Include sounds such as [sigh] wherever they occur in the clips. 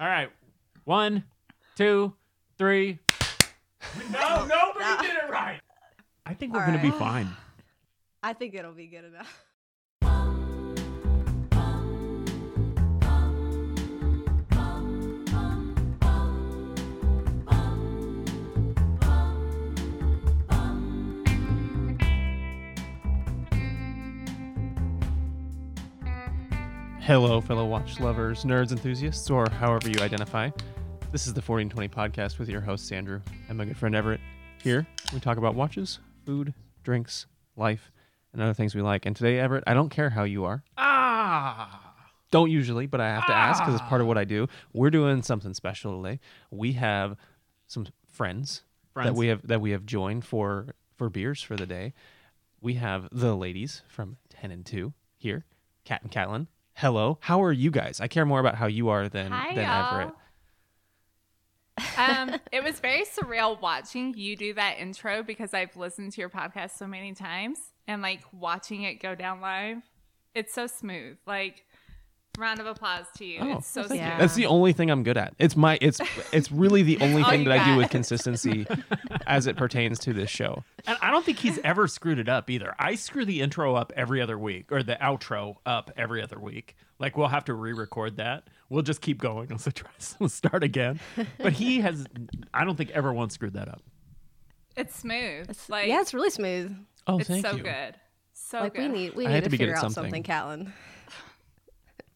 All right. One, two, three. No, nobody No. did it right. I think we're All gonna be right. fine. I think it'll be good enough. Hello, fellow watch lovers, nerds, enthusiasts, or however you identify. This is the 1420 podcast with your hosts, Andrew and my good friend Everett. Here, we talk about watches, food, drinks, life, and other things we like. And today, Everett, I don't care how you are. Ah. Don't usually, but I have to ask because it's part of Ah. what I do. We're doing something special today. We have some friends, that Friends. we have that we have joined for for beers for the day. We have the ladies from Ten and Two here, Kat and Catlin. Hello, how are you guys? I care more about how you are than Hi, than y'all. Everett. um, it was very surreal watching you do that intro because I've listened to your podcast so many times and like watching it go down live. It's so smooth. Like, round of applause to you. Oh, it's so thank smooth. you. Yeah. That's the only thing I'm good at. It's my [laughs] it's it's really the only all thing you that I do got. with consistency as it pertains to this [laughs] show. And I don't think he's ever screwed it up either. I screw the intro up every other week or the outro up every other week. Like we'll have to re-record that. We'll just keep going. [laughs] Let's try. Let's start again. But he has. I don't think ever once screwed that up. It's smooth. It's, [laughs] like, yeah, it's really smooth. Oh, it's thank so you. good. So Like good. we need we I need had to, to be good figure at out something, something. Callan.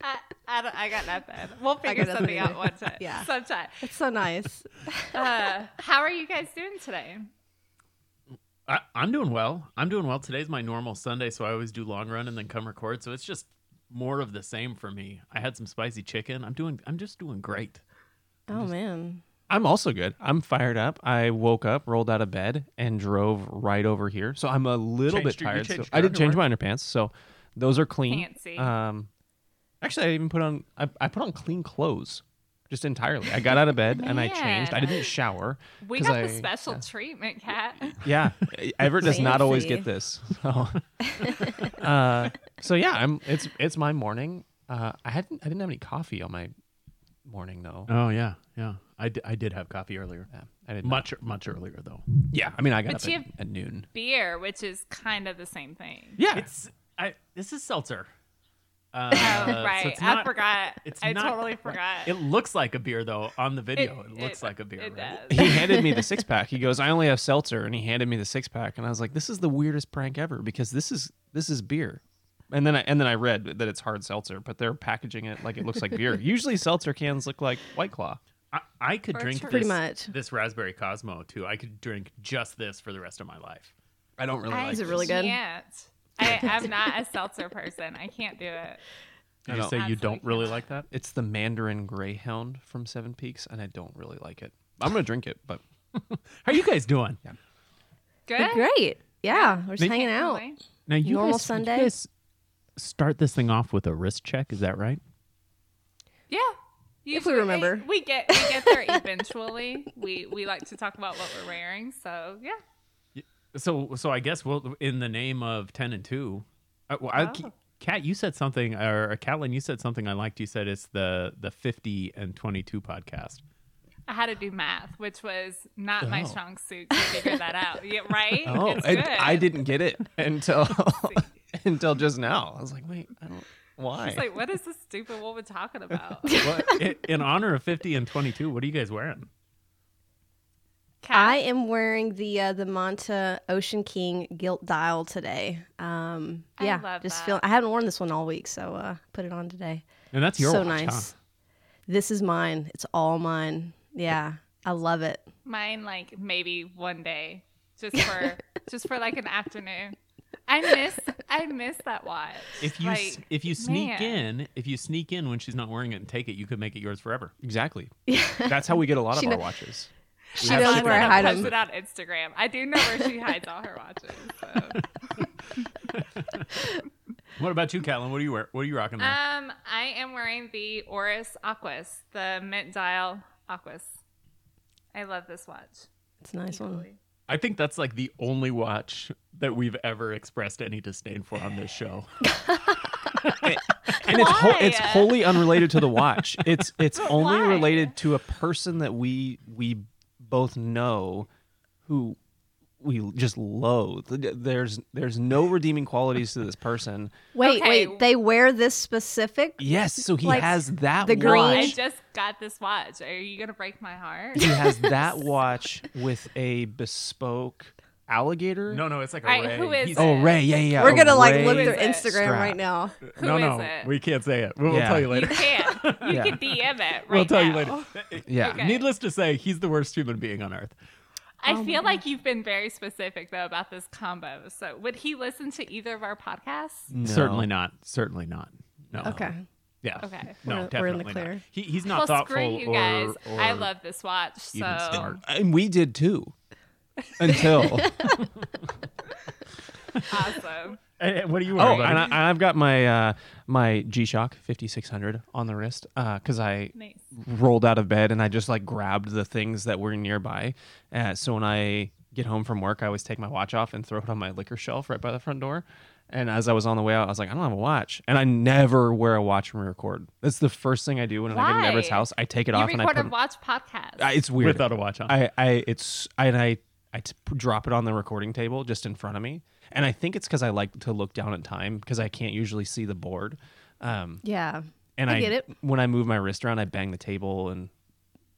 I, I, don't, I [laughs] got nothing. We'll figure nothing something out either. one time. Yeah. Sometime. It's so [laughs] nice. Uh, how are you guys doing today? I, I'm doing well. I'm doing well. Today's my normal Sunday, so I always do long run and then come record. So it's just more of the same for me. I had some spicy chicken. I'm doing. I'm just doing great. Oh man. I'm also good. I'm fired up. I woke up, rolled out of bed, and drove right over here. So I'm a little Changed bit your- you tired. changed so I your did change my underpants, so those are clean. Fancy. Um, actually, I even put on I, I put on clean clothes, just entirely. I got out of bed and I changed. I Man. didn't shower. We 'cause got I- the special treatment, Kat. Yeah, Everett does not always Fancy. get this. So, [laughs] uh, so yeah, I'm. It's it's my morning. Uh, I hadn't I didn't have any coffee on my morning though. Oh yeah, yeah. I di- I did have coffee earlier. Yeah, I didn't. Much much earlier though. yeah, I mean I got But up you at, have- at noon. Beer, which is kind of the same thing. Yeah, It's I. This is seltzer. Uh, Oh, so [laughs] right. it's not- I forgot. it's I not- totally forgot. It looks like a beer though on the video. It, looks it- like a beer. It right? [laughs] does. he handed me the six pack. He goes, "I only have seltzer," and he handed me the six pack, and I was like, "This is the weirdest prank ever because this is this is beer." And then I and then I read that it's hard seltzer, but they're packaging it like it looks like [laughs] beer. Usually, seltzer cans look like White Claw. I, I could Or drink char- this, Pretty much. this raspberry Cosmo too. I could drink just this for the rest of my life. I don't really I Is it really good? Can't. I, I'm not a seltzer person. I can't do it. Did I you don't- say you Absolutely don't really cannot. like that? It's the Mandarin Greyhound from Seven Peaks, and I don't really like it. I'm gonna drink it, but How you guys doing? Good. But great. Yeah. We're just hanging Can't out. complain. Now you Normal guys, Sunday? You guys start this thing off with a wrist check. Is that right? Yeah. If we Usually- remember. we get we get there eventually. we we like to talk about what we're wearing. So yeah. So so I guess we'll in the name of ten and two. Uh, well, I, Oh. Kat, you said something, or, or Catlin, you said something I liked. You said it's the the fifty and twenty two podcast. I had to do math, which was not my Oh. strong suit to figure that out. Yeah, [laughs] right? oh, [laughs] It's I, good. I didn't get [laughs] it until [laughs] until just now. I was like, wait, I don't. Why? It's like, what is this stupid woman talking about? What, in, in honor of fifty and twenty two, what are you guys wearing? I am wearing the uh, the Monta Ocean King gilt dial today. Um, I yeah, love just that. feel I haven't worn this one all week, so uh, put it on today. And that's your so watch, huh? nice. This is mine. It's all mine. Yeah, I love it. Mine like maybe one day, just [laughs] for just for like an afternoon. I miss I miss that watch. If you s Like, if you sneak man. in, if you sneak in when she's not wearing it and take it, you could make it yours forever. exactly. That's how we get a lot of She our kno- [laughs] watches. She have knows secret where I I hide post it them. on Instagram. I do know where she hides all her watches. [laughs] So. What about you, Catelyn? What do you wear? What are you rocking there? Um, I am wearing the Oris Aquas, the mint dial Aquas. I love this watch. It's a nice one. equally. I think that's like the only watch that we've ever expressed any disdain for on this show. and, and it's ho- it's Why? wholly unrelated to the watch. [laughs] It's it's only why? related to a person that we we both know who we just loathe. There's there's no redeeming qualities to this person. Wait, Okay. wait. They wear this specific. Yes, so he Like, has that the green- I watch. just got this watch. Are you gonna break [laughs] my heart? He has that watch with a bespoke alligator. No, no, it's like a Right, ray. who is He's- it? Oh, Ray, yeah, yeah. yeah, We're a gonna like look ray through Who is it? Instagram strap. right now. Who no, is no, it? we can't say it. We'll, we'll Yeah. tell you You later. can. You Yeah. can DM it [laughs] right we'll tell you now. later. Yeah. Okay. Needless to say, he's the worst human being on earth. Oh I feel like you've been very specific though about this combo. So would he listen to either of our podcasts? No. Certainly not. Certainly not. No. Okay. Yeah. Okay. No, We're- we're in the definitely clear. not. He, he's not well, thoughtful screw you or- guys. or I love this watch. So even smart. And we did too. Until [laughs] awesome. Hey, hey, what do you Oh, want? and I, and I've got my uh, my G Shock 5600 on the wrist because I Nice. rolled out of bed and I just like grabbed the things that were nearby. Uh, so when I get home from work, I always take my watch off and throw it on my liquor shelf right by the front door. And as I was on the way out, I was like, I don't have a watch, and I never wear a watch when we record. That's the first thing I do when I get in Why? Everett's house. I take it You off and I record put. a it- watch podcast. I- it's weird. without a watch on. I, I it's I, and I I t- drop it on the recording table just in front of me, and I think it's because I like to look down at time because I can't usually see the board. Um, Yeah. and I I, get it. when I move my wrist around, I bang the table and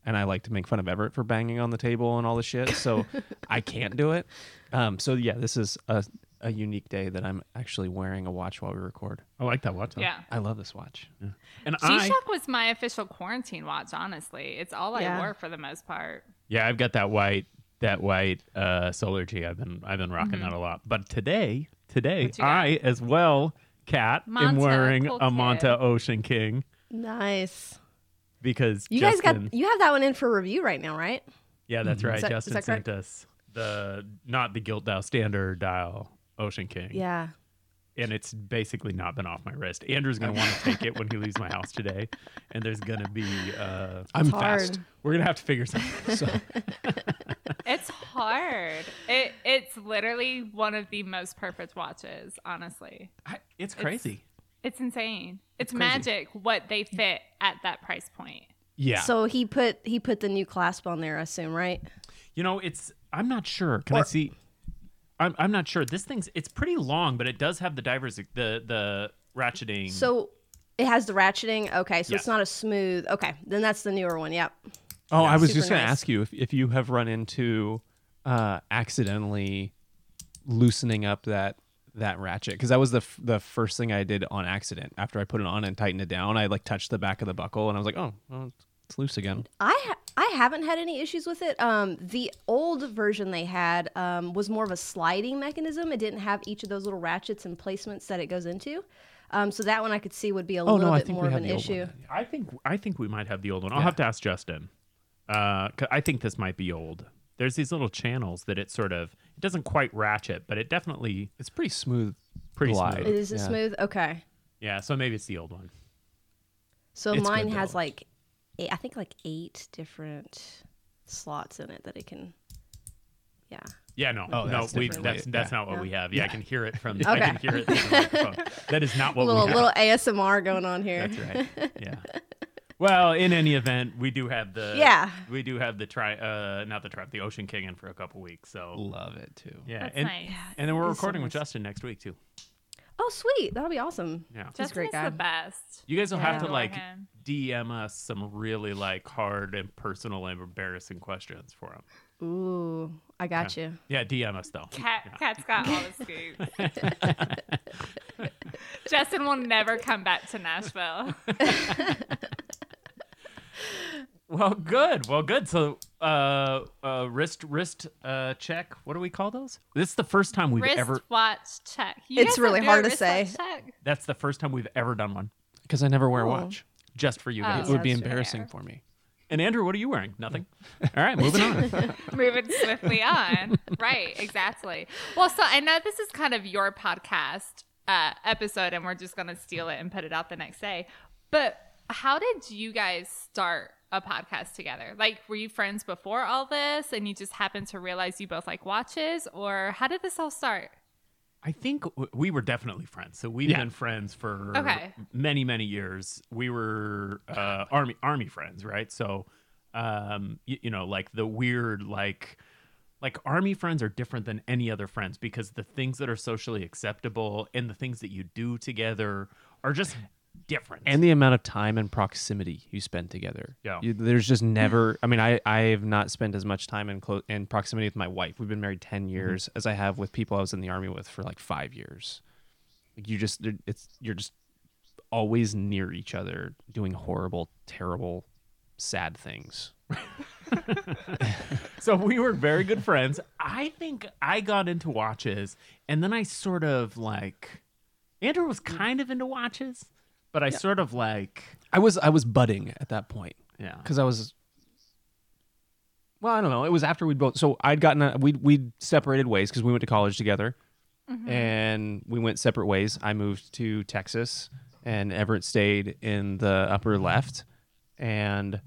and I like to make fun of Everett for banging on the table and all this shit. [laughs] So I can't do it. Um, so yeah, this is a a unique day that I'm actually wearing a watch while we record. I like that watch. though. yeah. I love this watch. And I, G-Shock was my official quarantine watch, honestly. It's all Yeah. I wore for the most part. yeah, I've got that white, that white uh, Solar G. I've been, I've been rocking Mm-hmm. that a lot. But today, today, What you got? I as well, Kat, am Manta, wearing cool a kid. Manta Ocean King Nice. because You guys Justin- got you have that one in for review right now, right? Yeah, that's right. Is that- is Justin that sent correct? us the not the Gilt Dial standard dial Ocean King. Yeah. And it's basically not been off my wrist. Andrew's gonna [laughs] want to take it when he leaves my house today. And there's gonna be uh I'm hard. fast. we're gonna have to figure something. out. So It's hard. it it's literally one of the most perfect watches, honestly. I- it's crazy. It's insane. It's crazy. magic what they fit at that price point. yeah. So he put he put the new clasp on there, I assume, right? Mm-hmm. you know, it's I'm not sure. Can I Or- see I'm I'm not sure. This thing's it's pretty long, but it does have the divers the the ratcheting. So it has the ratcheting. Okay, so Yes. it's not a smooth. Okay, then that's the newer one. Yep. Oh, I was Super just going to nice. ask you if, if you have run into uh, accidentally loosening up that that ratchet because that was the f- the first thing I did on accident after I put it on and tightened it down. I like touched the back of the buckle and I was like, oh, well, it's- it's loose again. I ha- I haven't had any issues with it. Um, the old version they had um, was more of a sliding mechanism. It didn't have each of those little ratchets and placements that it goes into. Um, so that one I could see would be a Oh little no, I bit think more we of had an the old issue. one. I think I think we might have the old one. I'll have to ask Justin. Uh, 'cause I think this might be old. There's these little channels that it sort of it doesn't quite ratchet, but it definitely It's pretty smooth. Pretty glide. smooth. It Is it Yeah. smooth? Okay. yeah. So maybe it's the old one. So It's good, mine has though. like, eight, I think like eight different slots in it that it can. Yeah. Yeah, no, Oh, no, that's we, different. that's Wait, that's yeah. not what Yeah. we have. Yeah, I can hear it [laughs] from. I Okay. can hear it. Through the microphone. that is not what [laughs] A little we have. little ASMR going on here. Oh, That's right. [laughs] Yeah. Well, in any event, we do have the Yeah. we do have the tri uh not the trap the Ocean King in for a couple weeks. So Love it too. [laughs] yeah, That's and nice. and then we're It's so recording with nice. Justin next week too. Oh, sweet. That'll be awesome. Yeah. He's a Justin great is guy. the best. You guys will have Yeah. to Adore like him. DM us some really like hard and personal and embarrassing questions for him. Ooh, I got you. Yeah, DM us though. Cat, Cat's got all the scoop. [laughs] Justin will never come back to Nashville. Well, good. Well, good. So, uh, uh wrist wrist uh check. What do we call those? This is the first time we've Wristwatch ever. check. You It's guys really don't do a hard to say. wristwatch check? That's the first time we've ever done one, Because I never wear a Cool. watch. just for you Oh. guys. It would be that's embarrassing fair. for me. And Andrew, what are you wearing? Nothing. All right, moving on. moving swiftly on. Right, exactly. Well, so I know this is kind of your podcast uh, episode, and we're just going to steal it and put it out the next day. But how did you guys start a podcast together? Like, were you friends before all this, and you just happened to realize you both like watches, or how did this all start? I think w- we were definitely friends. So we've Yeah. been friends for Okay. many, many years. We were uh, army army friends, right? So, um, y- you know, like the weird like like army friends are different than any other friends because the things that are socially acceptable and the things that you do together are just different. and the amount of time and proximity you spend together. Yeah. You- there's just never. I mean, I I have not spent as much time in close in proximity with my wife. We've been married ten years, as I have with people I was in the army with for like five years. Like you just there- it's you're just always near each other, doing horrible, terrible, sad things. so we were very good friends. I think I got into watches, and then I sort of like Andrew was kind of into watches, but I sort of like I was I was budding at that point yeah. because I was. Well, I don't know. It was after we'd both. So I'd gotten. A, we we separated ways because we went to college together, and we went separate ways. I moved to Texas, and Everett stayed in the upper left, and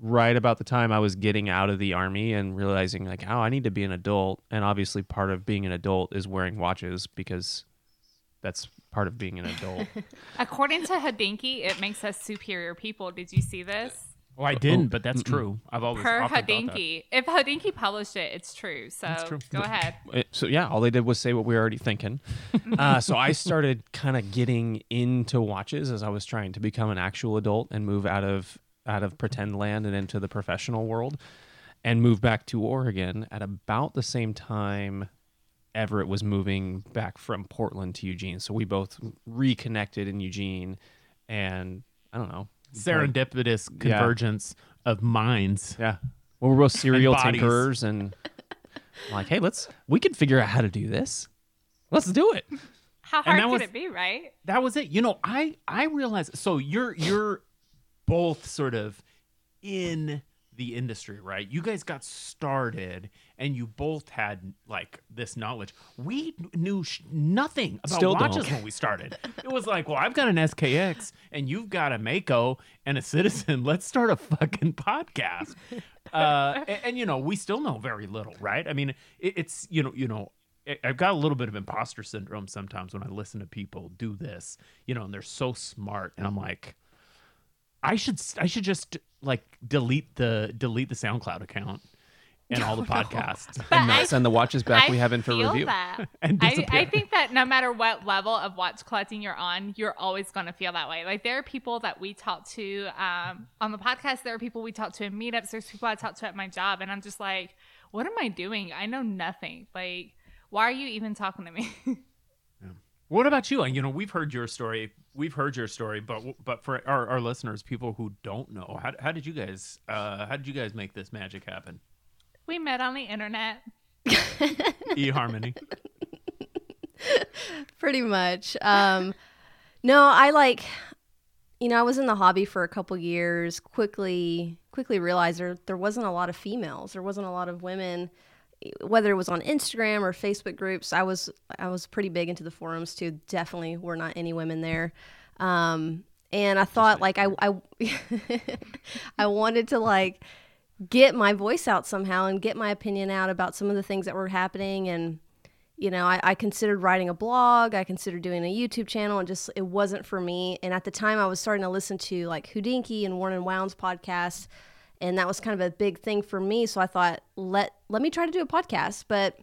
right about the time I was getting out of the army and realizing like, oh, I need to be an adult. And obviously, part of being an adult is wearing watches because that's part of being an adult. According to Habanki, it makes us superior people. Did you see this? Oh, [laughs] I didn't, but that's true. I've always Per often thought that. Hodinky. If Hodinky published it, it's true. So true. go ahead. Uh, so yeah, all they did was say what we were already thinking. Uh, so I started kind of getting into watches as I was trying to become an actual adult and move out of out of pretend land and into the professional world, and move back to Oregon at about the same time Everett was moving back from Portland to Eugene. So we both reconnected in Eugene, and I don't know. Serendipitous convergence of minds. Yeah. Well, we're both serial bodies. tinkerers [laughs] and I'm like, hey, let's we can figure out how to do this. Let's do it. How hard that could was- it be, right? That was it. You know, I I realized so you're you're both sort of in the industry, right? You guys got started and you both had like this knowledge. We kn- knew sh- nothing about Still watches don't. when we started. it was like, well, I've got an SKX and you've got a Mako and a Citizen. Let's start a fucking [laughs] podcast. Uh, and, and, you know, we still know very little, right? I mean, it, it's you know, you know, I- I've got a little bit of imposter syndrome sometimes when I listen to people do this, you know, and they're so smart, and I'm like. I should I should just like delete the delete the SoundCloud account and all the podcasts. But and not I- send the watches back I we have in for feel review. That. [laughs] And I, disappear. I think that no matter what level of watch collecting you're on, you're always going to feel that way. Like there are people that we talk to um, on the podcast. There are people we talk to in meetups. There's people I talk to at my job, and I'm just like, what am I doing? I know nothing. Like, why are you even talking to me? [laughs] What about you? You know, we've heard your story. We've heard your story, but but for our, our listeners, people who don't know, how, how did you guys uh, how did you guys make this magic happen? we met on the internet. eHarmony. [laughs] pretty much. Um, no, I like, you know, I was in the hobby for a couple years. Quickly, quickly realized there there wasn't a lot of females. There wasn't a lot of women. Whether it was on Instagram or Facebook groups, I was I was pretty big into the forums too. Definitely, were not any women there. Um, and I thought like I I, [laughs] I wanted to like get my voice out somehow and get my opinion out about some of the things that were happening and you know I, I considered writing a blog i considered doing a youtube channel and just it wasn't for me and at the time i was starting to listen to like houdinki and warren and wound's podcast and that was kind of a big thing for me so i thought let let me try to do a podcast but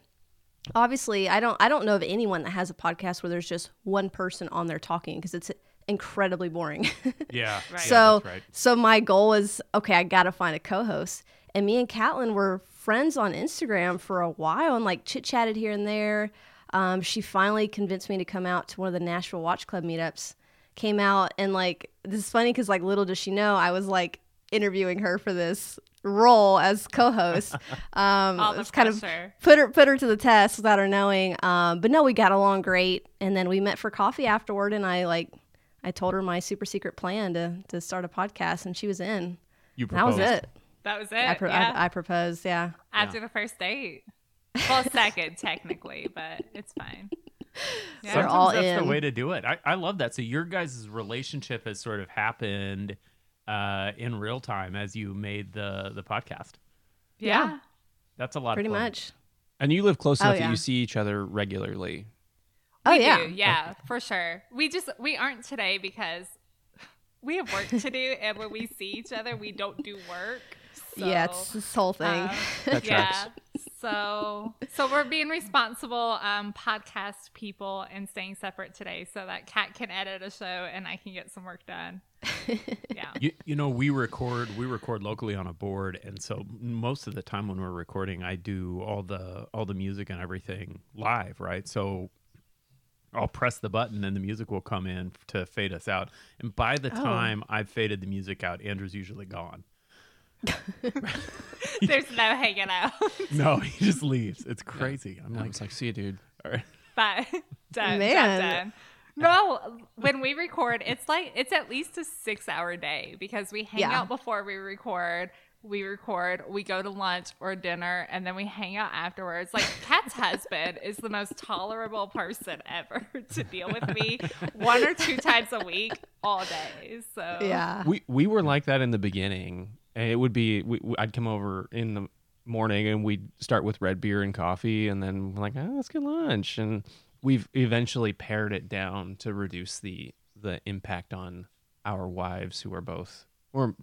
obviously i don't i don't know of anyone that has a podcast where there's just one person on there talking because it's incredibly boring [laughs] Yeah. Right. so, that's right. so my goal was okay. I gotta find a co-host, and me and Catlin were friends on Instagram for a while, and like chit chatted here and there. Um, she finally convinced me to come out to one of the Nashville Watch Club meetups. Came out and like this is funny because like little does she know I was like interviewing her for this role as [laughs] co-host. Um, All the it's kind of pressure. put her put her to the test without her knowing. Um, but no, we got along great, and then we met for coffee afterward, and I like I told her my super secret plan to to start a podcast, and she was in. You That was proposed. it. That was it. I, pro- yeah. I, I proposed. Yeah. After the first date. Well, second technically, but it's [laughs] fine. Yeah. They're Sometimes all that's in. the way to do it. I, I love that. So your guys' relationship has sort of happened uh, in real time as you made the the podcast. yeah. That's a lot. Pretty of fun. much. And you live close Oh, enough that yeah. you see each other regularly. Oh, We yeah. do, yeah, for sure. We just we aren't today because [laughs] we have work to do, and when we see each other, we don't do work. So, yeah, it's [laughs] this whole thing. um, That yeah. tracks. So so we're being responsible um, podcast people and staying separate today, so that Kat can edit a show and I can get some work [laughs] done. Yeah. You, you know, we record we record locally on a board, and so most of the time when we're recording, I do all the all the music and everything live, right? So I'll press the button, and the music will come in to fade us out. And by the time I've faded the music out, Andrew's usually gone. [laughs] There's no hanging out. [laughs] No, he just leaves. It's crazy. I'm I like, was like, see you, dude. all right. But [laughs] done, Man. done, done. No, when we record, it's like it's at least a six-hour day because we hang Yeah. out before we record. We record, we go to lunch or dinner, and then we hang out afterwards. Like Kat's husband is the most tolerable person ever [laughs] to deal with me one or two times a week, all day. So yeah. we we were like that in the beginning. And It would be we, we- I'd come over in the morning and we'd start with red beer and coffee, and then we're like, oh, let's get lunch. And we've eventually pared it down to reduce the the impact on our wives, who are both or.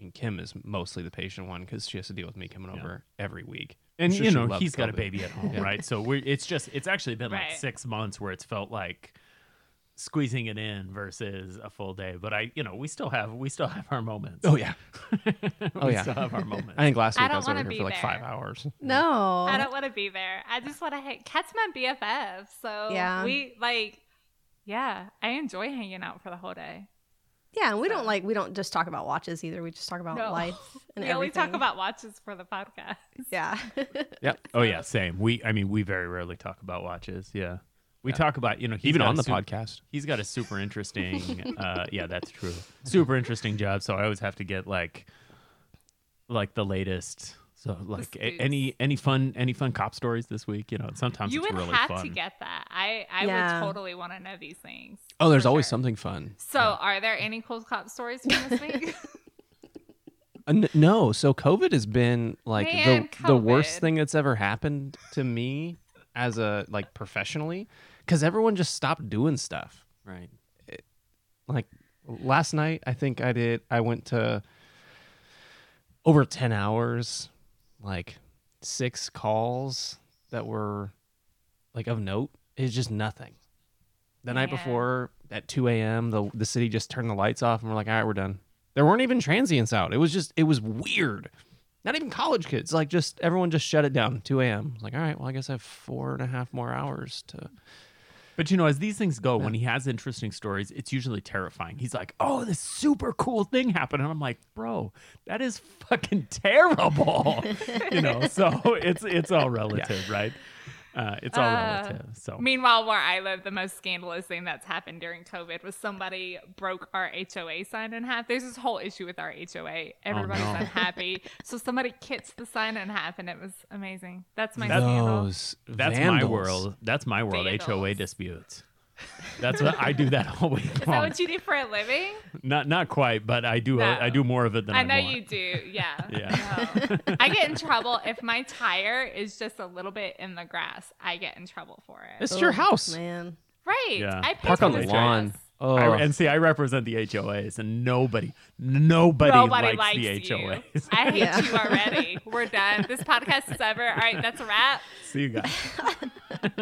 I mean, Kim is mostly the patient one because she has to deal with me coming over every week. And I'm sure you she know, loves he's got a COVID. baby at [laughs] home, right? So we're, it's just it's actually been like Right. six months where it's felt like squeezing it in versus a full day. But I, you know, we still have we still have our moments. Oh yeah, [laughs] oh yeah. still have our I moments. think last week I I, don't was over here wanna be for like there. five hours. No. I don't want to be there. I just want to hang. Kat's my BFF, so Yeah. we like, yeah, I enjoy hanging out for the whole day. yeah, and we don't like we don't just talk about watches either. We just talk about No. [laughs] life and we only talk everything. about watches for the podcast. [laughs] yeah. Yep. oh yeah, same. We I mean we very rarely talk about watches. Yeah, we talk about you know he's Even got on a the sup- podcast. He's got a super [laughs] interesting. uh, yeah, that's true. Super interesting job. So I always have to get like like the latest. So like a- scoops. any any fun any fun cop stories this week? You know, sometimes you it's would really have fun. to get that. I I Yeah. would totally want to know these things. Oh, there's For always sure. something fun. So, are there any cool cop stories from this [laughs] week? [laughs] Uh, n- no, so COVID has been like Man, the the worst COVID. thing that's ever happened to me as a like professionally because everyone just stopped doing stuff. right. Like last night, I think I did. I went to over ten hours, like six calls that were like of note. It's just nothing. The night Man. before at two a.m., the the city just turned the lights off, and we're like, all right, we're done. There weren't even transients out. It was just it was weird. Not even college kids. Like just everyone just shut it down. Two a.m. Like all right, well I guess I have four and a half more hours to. But you know, as these things go, when he has interesting stories, it's usually terrifying. He's like, "Oh, this super cool thing happened," and I'm like, "Bro, that is fucking [laughs] terrible." you [laughs] know, so it's it's all relative, right? Uh, it's all Uh, relative. So Meanwhile, where I live, the most scandalous thing that's happened during COVID was somebody broke our HOA sign in half. There's this whole issue with our HOA. Everybody's Oh, no. [laughs] unhappy. So somebody kits the sign in half, and it was amazing. That's my scandal. Those that's my vandals. world. That's my world. HOA Vandals. disputes. That's what I do that [laughs] all week Is that long. what you do for a living? not not quite, but I do No. I do more of it than I, I know want. you do. Yeah. [laughs] Yeah. No. I get in trouble if my tire is just a little bit in the grass. I get in trouble for it. It's your Oh, house. Man. Right. Yeah. I pay Park for on the this lawn. grass. Oh, I- and see, I represent the HOAs, and nobody, nobody, Nobody likes, likes, the HOAs. [laughs] you. I hate Yeah. you already. We're done. This podcast is over. All right, that's a wrap. See you guys. [laughs]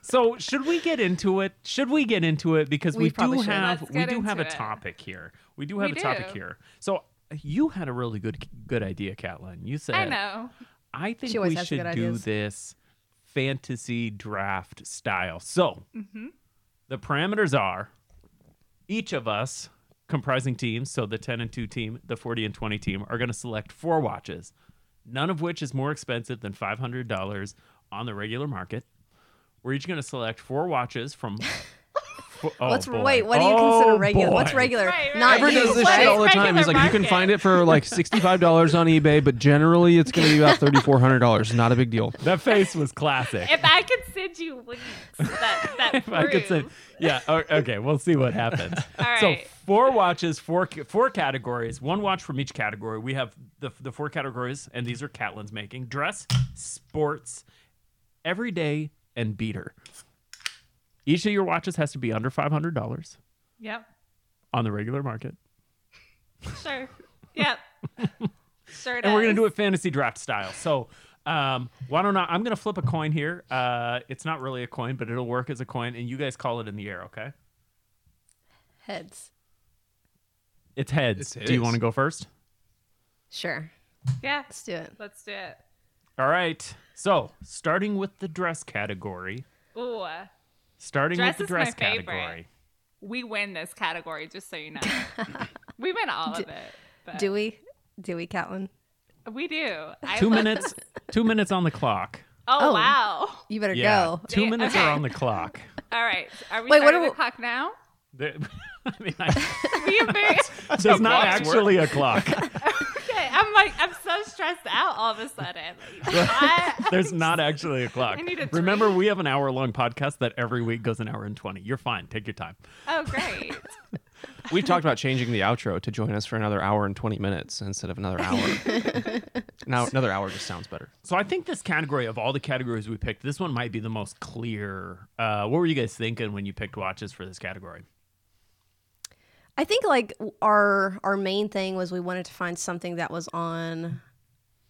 so should we get into it? Should we get into it? Because We we, do probably should. have Let's we get do have a into it. topic here. We do We have a topic do. here. So you had a really good good idea, Catlin. You said I know. I think She always we has good should do ideas. this fantasy draft style. So Mm-hmm. the parameters are each of us comprising teams, so the 10 and 2 team, the 40 and 20 team, are going to select four watches, none of which is more expensive than $500 on the regular market. We're each going to select four watches [laughs] from. fo- oh, What's boy. wait? What do you consider Oh, regular? What's boy. regular? Right, right, Not right. Everyone does this What shit is all the time. regular He's like, you can market? find it for like sixty-five dollars on eBay, but generally it's going to be about thirty-four hundred dollars. Not a big [laughs] deal. That face was classic. If I could send you links that, that [laughs] if I could say, prove- yeah, o- okay, we'll see what happens. [laughs] All So right. four watches, four ca- four categories, one watch from each category. We have the the four categories, and these are Catlin's making: dress, sports, everyday, and beater. Each of your watches has to be under five hundred dollars Yep. on the regular market, Sure. [laughs] Yep. sure. and we're gonna does. do it fantasy draft style. So. Um, why don't I? I'm gonna flip a coin here. Uh, it's not really a coin, but it'll work as a coin, and you guys call it in the air, okay? Heads. It's heads. It's Do you heads. want to go first? Sure. Yeah. Let's do it. Let's do it. All right. So, starting with the dress category, Ooh, starting Dress with the is dress my favorite. category. we win this category. Just so [laughs] you know, we win all of it. But Do we? Do we, Catelyn? we do. I Two love- [laughs] minutes. Two minutes on the clock. Oh, Oh. wow. You better Yeah. go. Two Yeah, minutes okay. are on the [laughs] clock. All right. Are we Wait, what starting are the we- clock now? The- [laughs] I mean, I, We [laughs] are very there's not clocks work. actually a clock. [laughs] okay. I'm like I'm so stressed out all of [laughs] a sudden. I, There's not actually a clock. I need a Remember, drink. we have an hour long podcast that every week goes an hour and 20. You're fine. Take your time. oh great. We've talked about changing the outro to join us for another hour and 20 minutes instead of another hour. now, another hour just sounds better. So I think this category of all the categories we picked, this one might be the most clear. Uh, what were you guys thinking when you picked watches for this category? I think like our our main thing was we wanted to find something that was on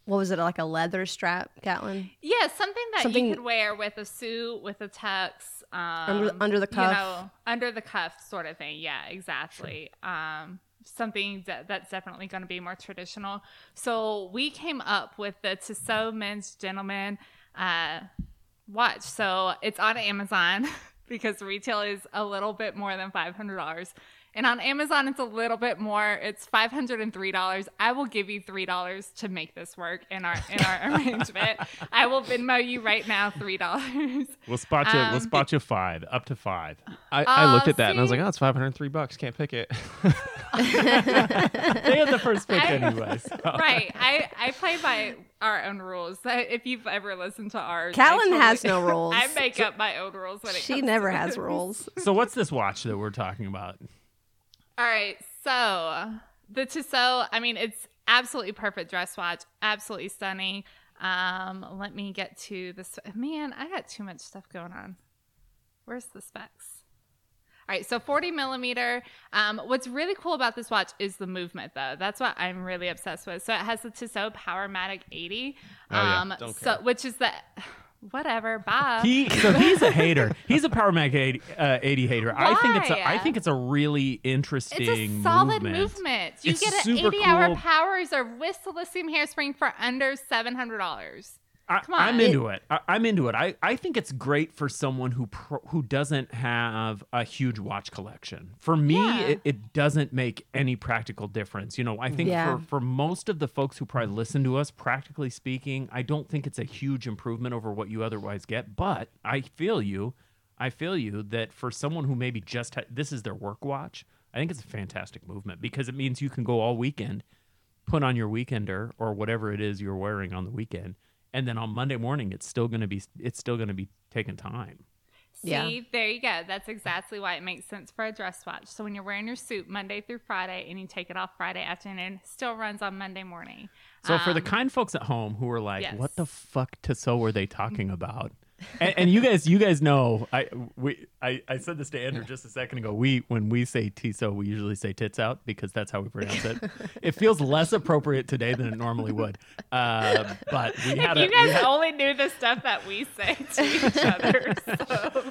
what was it like a leather strap, Catelyn? Yeah, something that Something- you could wear with a suit, with a tux, um, under the you cuff. know, under the cuff sort of thing. Yeah, exactly. Um, something that, that's definitely going to be more traditional. So we came up with the Tissot Men's Gentleman uh, watch. So it's on Amazon [laughs] because retail is a little bit more than five hundred dollars. And on Amazon, it's a little bit more. It's five hundred and three dollars. I will give you three dollars to make this work in our in our [laughs] arrangement. I will Venmo you right now three dollars. We'll spot you. we'll Um, spot you five, up to five. I, I Oh, looked at that and I was see? like, oh, it's 503 bucks. Can't pick it. [laughs] they had the first pick I- anyway. [laughs] So. right. I, I play by our own rules. So If you've ever listened to ours, I Catelyn has [laughs] no rules. I make up my own rules when it She comes never to has this. [laughs] rules. So what's this watch that we're talking about? All right. So the Tissot, I mean, it's absolutely perfect dress watch, absolutely stunning. Um, let me get to this. Man, I got too much stuff going on. Where's the specs? All right, so 40 millimeter. Um, what's really cool about this watch is the movement, though. That's what I'm really obsessed with. So it has the Tissot Powermatic 80, Oh, yeah. um, Don't so, care. which is the [sighs] whatever. Bye. [laughs] He so he's a hater. He's a Power Mag 80, uh, 80 hater. I think it's a Why? I think it's a really interesting It's a solid movement. movement. You It's get an super 80 hour cool. power reserve with Silicium hairspring for under $700. I, Come on. I'm into it. I, I'm into it. I, I think it's great for someone who pro, who doesn't have a huge watch collection. For me, Yeah. it, it doesn't make any practical difference. You know, I think Yeah. for, for most of the folks who probably listen to us, practically speaking, I don't think it's a huge improvement over what you otherwise get. But I feel you. I feel you that for someone who maybe just ha- this is their work watch, I think it's a fantastic movement because it means you can go all weekend put on your weekender or whatever it is you're wearing on the weekend and then on monday morning it's still going to be it's still going to be taking time See, Yeah. there you go. That's exactly why it makes sense for a dress watch. So when you're wearing your suit Monday through Friday and you take it off Friday afternoon, still runs on Monday morning. so for the Um, kind folks at home who are like yes. what the fuck to so were they [laughs] talking about and, and you guys you guys know i we I, I said this to andrew just a second ago we when we say tiso we usually say tits out because that's how we pronounce [laughs] it it feels less appropriate today than it normally would uh, but we [laughs] had a Um, [laughs] you we guys had- only knew the stuff that we say [laughs] to each other. So.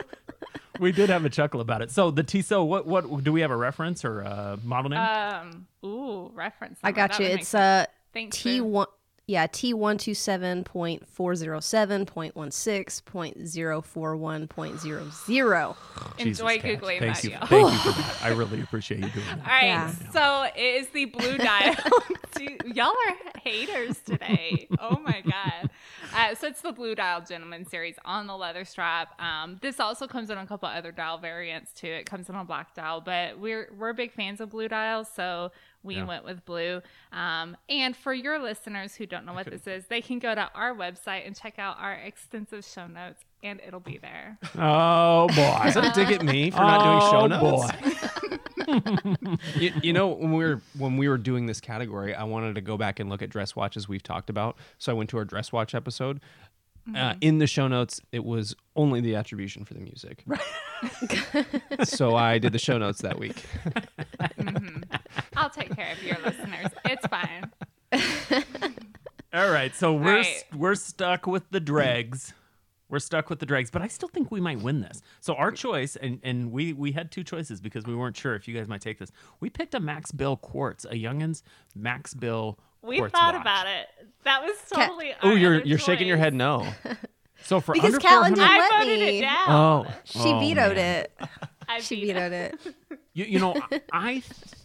we did have a chuckle about it so the tiso what what do we have a reference or a model name Um, ooh, reference. I number. got That you. would make It's sense. uh Thanks, T Boo. one yeah, T one two seven point four zero seven point one six point zero four one point zero zero. Jesus, Enjoy Kat. Googling thank that, you, y'all. Thank you for [laughs] that. I really appreciate you doing All [laughs] that. right, Yeah. so it is the blue dial. [laughs] Do- Y'all are haters today. Oh my god! Uh, so it's the blue dial gentleman series on the leather strap. Um, this also comes in a couple other dial variants too. It comes in a black dial, but we're we're big fans of blue dials, so we Yeah. went with blue. Um, and for your listeners who don't know what this is, they can go to our website and check out our extensive show notes, and it'll be there. Oh Is boy. that a dig at me for not doing show Oh, notes? you, you know when we were when we were doing this category, I wanted to go back and look at dress watches we've talked about. So I went to our dress watch episode. Uh, in the show notes, it was only the attribution for the music. [laughs] so I did the show notes that week. I'll take care of your listeners. It's fine. All right, so we're right. st- we're stuck with the dregs. We're stuck with the dregs, but I still think we might win this. So our choice, and, and we we had two choices because we weren't sure if you guys might take this. We picked a Max Bill Quartz, a youngin's Max Bill. We Quartz thought watch. about it. That was totally. Oh, our you're other you're shaking your choice. head no. [laughs] So for Because under Callan 400 did- I Let voted me. it down. Oh, She Oh, vetoed man. it. [laughs] I She beat it. vetoed it. [laughs] You, you know, I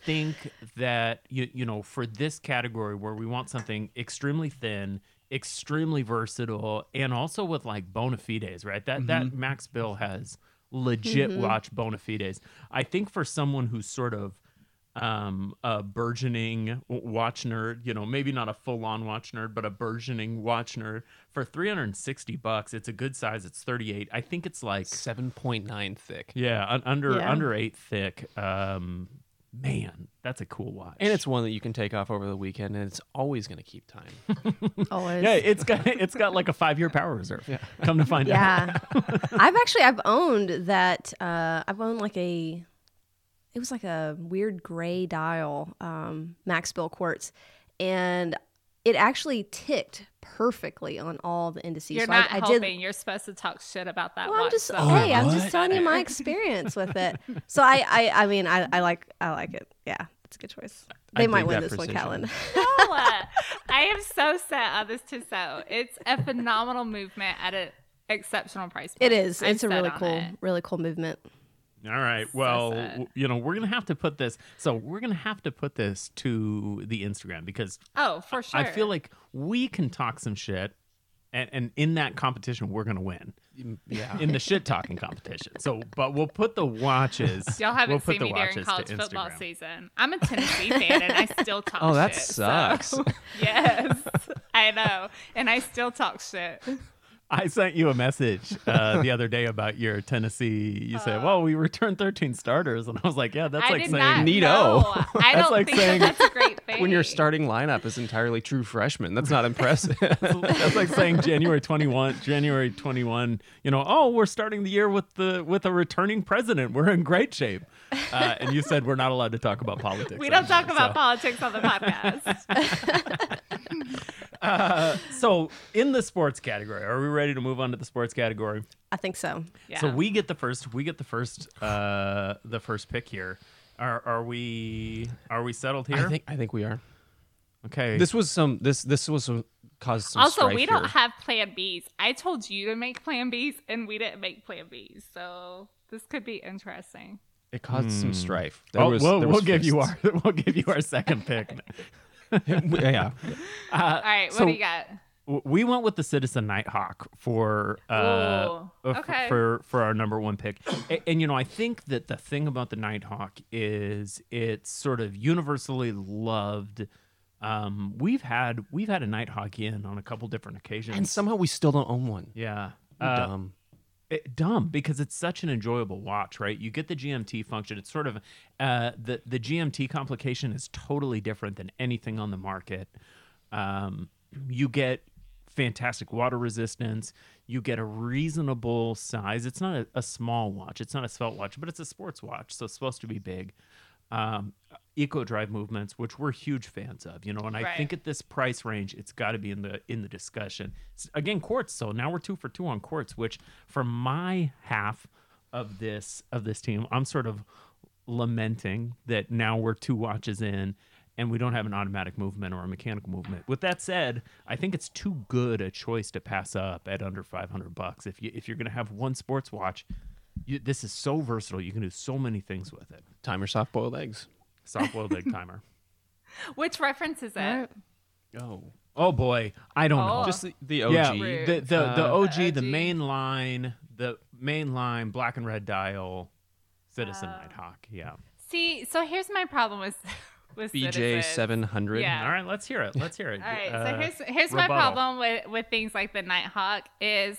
think that you you know for this category where we want something extremely thin, extremely versatile, and also with like bona fides, right? That that Max Bill has legit watch bona fides. I think for someone who's sort of um, a burgeoning w- watch nerd, you know, maybe not a full on watch nerd, but a burgeoning watch nerd for 360 bucks. It's a good size. It's 38. I think it's like Seven point nine thick. yeah, un- under Yeah. under eight thick. Um, man, that's a cool watch. And it's one that you can take off over the weekend, and it's always going to keep time. Always. yeah, it's got [laughs] it's got like a five year power reserve. Come to find out, [laughs] Yeah. I've actually I've owned that uh I've owned like a it was like a weird gray dial um Max Bill quartz and it actually ticked perfectly on all the indices. You're So not I, I helping. did You're supposed to talk shit about that well, I'm watch. just Oh, so- hey, I'm Oh, what? just telling you [laughs] my experience with it. So I, I, I mean, I, I like, I like it. Yeah, it's a good choice. I They might dig win that this one, precision. Callan. [laughs] Paula, I am so set on this to so. It's a phenomenal movement at an exceptional price. It point. is. I'm it's a set really on cool, it. really cool movement. all right. Well, sad. w- you know we're gonna have to put this. So we're gonna have to put this to the Instagram because Oh, for sure. I feel like we can talk some shit, and, and in that competition we're gonna win Mm, Yeah. in the shit talking competition. So, but we'll put the watches. [laughs] y'all haven't we'll put seen the me watches during college to football Instagram. season. I'm [laughs] a Tennessee fan, and I still talk. [laughs] Oh, [laughs] that shit, so- sucks. [laughs] Yes, I know, and I still talk shit. I sent you a message uh, the other day about your Tennessee. You said, "Well, we returned 13 starters," and I was like, "Yeah, that's Uh. I like did saying not. Neato. [laughs] know. That's I don't like think saying- that that's [laughs] a great thing. when your starting lineup is entirely true freshmen, that's not [laughs] impressive. [laughs] that's like saying January 21, January 21. You know, oh, we're starting the year with the with a returning president. We're in great shape." Uh, and you said we're not allowed to talk about politics. We don't anymore. talk about politics on the podcast. So, in the sports category, are we ready to move on to the sports category? I think so. [laughs] Yeah. So we get the first. We get the first. Uh, the first pick here. Are, are we are we settled here? I think I think we are. okay. This was some this this was some caused some also, strife we don't here. have plan Bs. I told you to make plan Bs, and we didn't make plan Bs. So this could be interesting. it caused some strife. There Oh, was- we'll there we'll was give you fists. our [laughs] we'll give you our second [laughs] pick. [laughs] yeah. All right, Uh, what so- do you got? W- we went with the Citizen Nighthawk for uh, Ooh, uh, f- okay. for for our number one pick, and, and you know I think that the thing about the Nighthawk is it's sort of universally loved. Um, we've had we've had a Nighthawk in on a couple different occasions. And somehow we still don't own one. yeah, We're Uh, dumb. it, dumb because it's such an enjoyable watch, right? You get the GMT function. It's sort of uh, the the GMT complication is totally different than anything on the market. Um, you get fantastic water resistance. You get a reasonable size. It's not a, a small watch. It's not a svelte watch, but it's a sports watch, so it's supposed to be big. Um, Eco Drive movements, which we're huge fans of, you know, and I Right. think at this price range, it's got to be in the in the discussion. S- Again, quartz. So now we're two for two on quartz, which for my half of this of this team, I'm sort of lamenting that now we're two watches in and we don't have an automatic movement or a mechanical movement. With that said, I think it's too good a choice to pass up at under 500 bucks. If you if you're going to have one sports watch, you, this is so versatile. You can do so many things with it. Time your soft boiled eggs. Soft boiled egg timer. Which reference is it? Oh. Oh boy, I don't know. Oh. Just Just the, the OG. yeah, Rude. the the, the Uh, OG, the OG. main line, the main line, black and red dial, Citizen Oh. Nighthawk. Yeah. See, so here's my problem with [laughs] with BJ Citizens. seven hundred. Yeah. All right, let's hear it. Let's hear it. All right, Uh, so here's here's my rebuttal. problem with with things like the Nighthawk is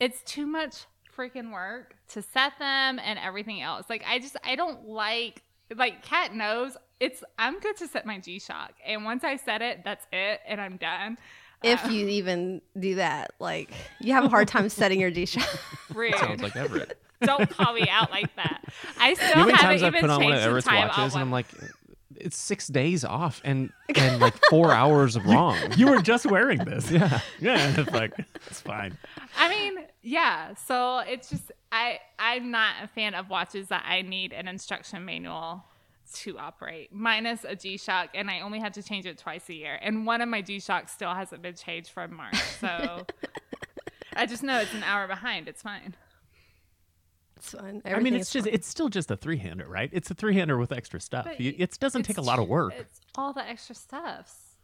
it's too much freaking work to set them and everything else. Like I just I don't like like Kat knows it's I'm good to set my G Shock and once I set it that's it and I'm done. if you even do that. Like you have a hard time setting your D shot. Rude. Sounds like [laughs] Everett. Don't call me out like that. I still [laughs] You know how many haven't times I've even put on one changed of the Everett's time. on watches, and one. I'm like, it's six days off [laughs] and and like four hours of [laughs] wrong. You were just wearing this. Yeah. Yeah. It's like, it's fine. I mean, yeah. So it's just I I'm not a fan of watches that I need an instruction manual to operate. Minus a G-Shock, and I only have to change it twice a year. And one of my G-Shocks still hasn't been changed from March. [laughs] So I just know it's an hour behind. It's fine. [laughs] It's fun. I mean, Everything it's is just, fun. it's still just a three hander, right? It's a three hander with extra stuff. But You- It doesn't it's take a lot of ju- work. It's all the extra stuffs.